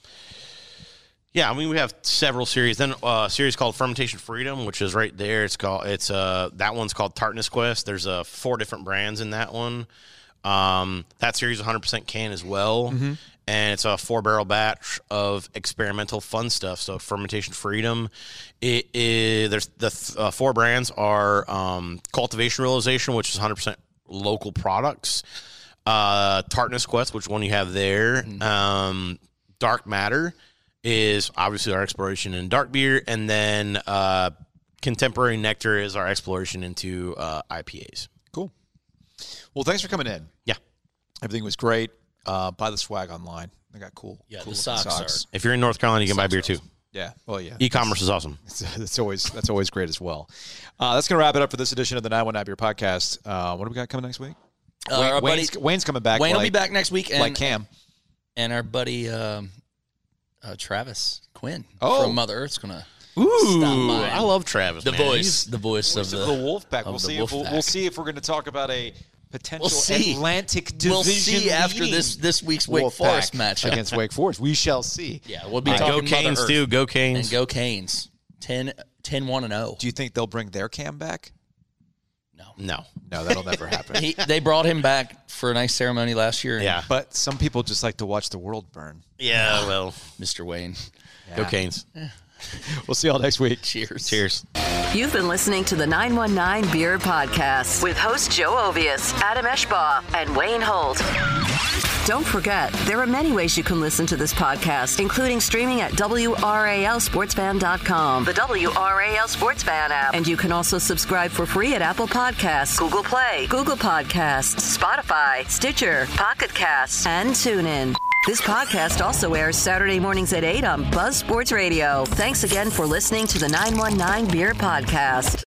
Speaker 4: yeah, I mean we have several series. Then uh, a series called Fermentation Freedom, which is right there. It's called it's uh that one's called Tartness Quest. There's uh four different brands in that one. Um, that series 100 percent can as well. And it's a four barrel batch of experimental fun stuff. So fermentation freedom. It is there's the th- uh, four brands are um, cultivation realization, which is 100 percent local products. Uh, Tartness Quest, which one you have there? Um, Dark Matter is obviously our exploration in dark beer, and then uh, Contemporary Nectar is our exploration into uh, IPAs.
Speaker 2: Cool. Well, thanks for coming in.
Speaker 4: Yeah.
Speaker 2: Everything was great. Uh, buy the swag online. They got cool.
Speaker 5: Yeah,
Speaker 2: cool
Speaker 5: the
Speaker 2: looking
Speaker 5: socks are-
Speaker 4: If you're in North Carolina, you can buy beer too.
Speaker 2: Yeah. Oh yeah.
Speaker 4: E-commerce is awesome.
Speaker 2: It's, it's always that's always great as well. Uh, that's gonna wrap it up for this edition of the 919 Beer Podcast. Uh, what do we got coming next week?
Speaker 5: Uh, our buddy-
Speaker 2: Wayne's, Wayne's coming back.
Speaker 5: Wayne will be
Speaker 2: like-
Speaker 5: back next week, and
Speaker 2: like Cam.
Speaker 5: and our buddy um, uh, Travis Quinn
Speaker 2: Oh.
Speaker 5: from Mother Earth's gonna
Speaker 4: Ooh,
Speaker 5: by.
Speaker 4: I love Travis.
Speaker 5: the
Speaker 4: man.
Speaker 5: voice,
Speaker 4: He's-
Speaker 5: the voice of
Speaker 2: So
Speaker 5: the,
Speaker 2: the Wolf Pack.
Speaker 5: of the
Speaker 2: We'll see.
Speaker 5: Wolf
Speaker 2: If we'll,
Speaker 5: Pack.
Speaker 2: we'll see if we're going to talk about a potential
Speaker 5: We'll see.
Speaker 2: Atlantic Division.
Speaker 5: We'll see after this this week's Wake
Speaker 2: Wolf
Speaker 5: Forest
Speaker 2: Pack
Speaker 5: match
Speaker 2: against Wake Forest. We shall see.
Speaker 5: Yeah, we'll be
Speaker 4: Uh, go
Speaker 5: talking Mother
Speaker 4: Canes
Speaker 5: Earth.
Speaker 4: too. Go Canes.
Speaker 5: and go Canes 10, 10 1 and oh. 0.
Speaker 2: Do you think they'll bring their Cam back?
Speaker 4: no.
Speaker 2: No, that'll never happen.
Speaker 5: He, they brought him back for a nice ceremony last year. and
Speaker 4: Yeah.
Speaker 2: But some people just like to watch the world burn.
Speaker 4: Yeah. Well,
Speaker 5: Mr. Wayne.
Speaker 4: go Canes.
Speaker 2: We'll see y'all next week.
Speaker 5: Cheers.
Speaker 4: Cheers.
Speaker 1: You've been listening to the 919 Beer Podcast with host Joe Ovius, Adam Eshbaugh, and Wayne Holt. Don't forget, there are many ways you can listen to this podcast, including streaming at WRALSportsFan.com, the WRAL Sports Fan app, and you can also subscribe for free at Apple Podcasts, Google Play, Google Podcasts, Spotify, Stitcher, Pocket Casts, and TuneIn. This podcast also airs Saturday mornings at 8 on Buzz Sports Radio. Thanks again for listening to the 919 Beer Podcast.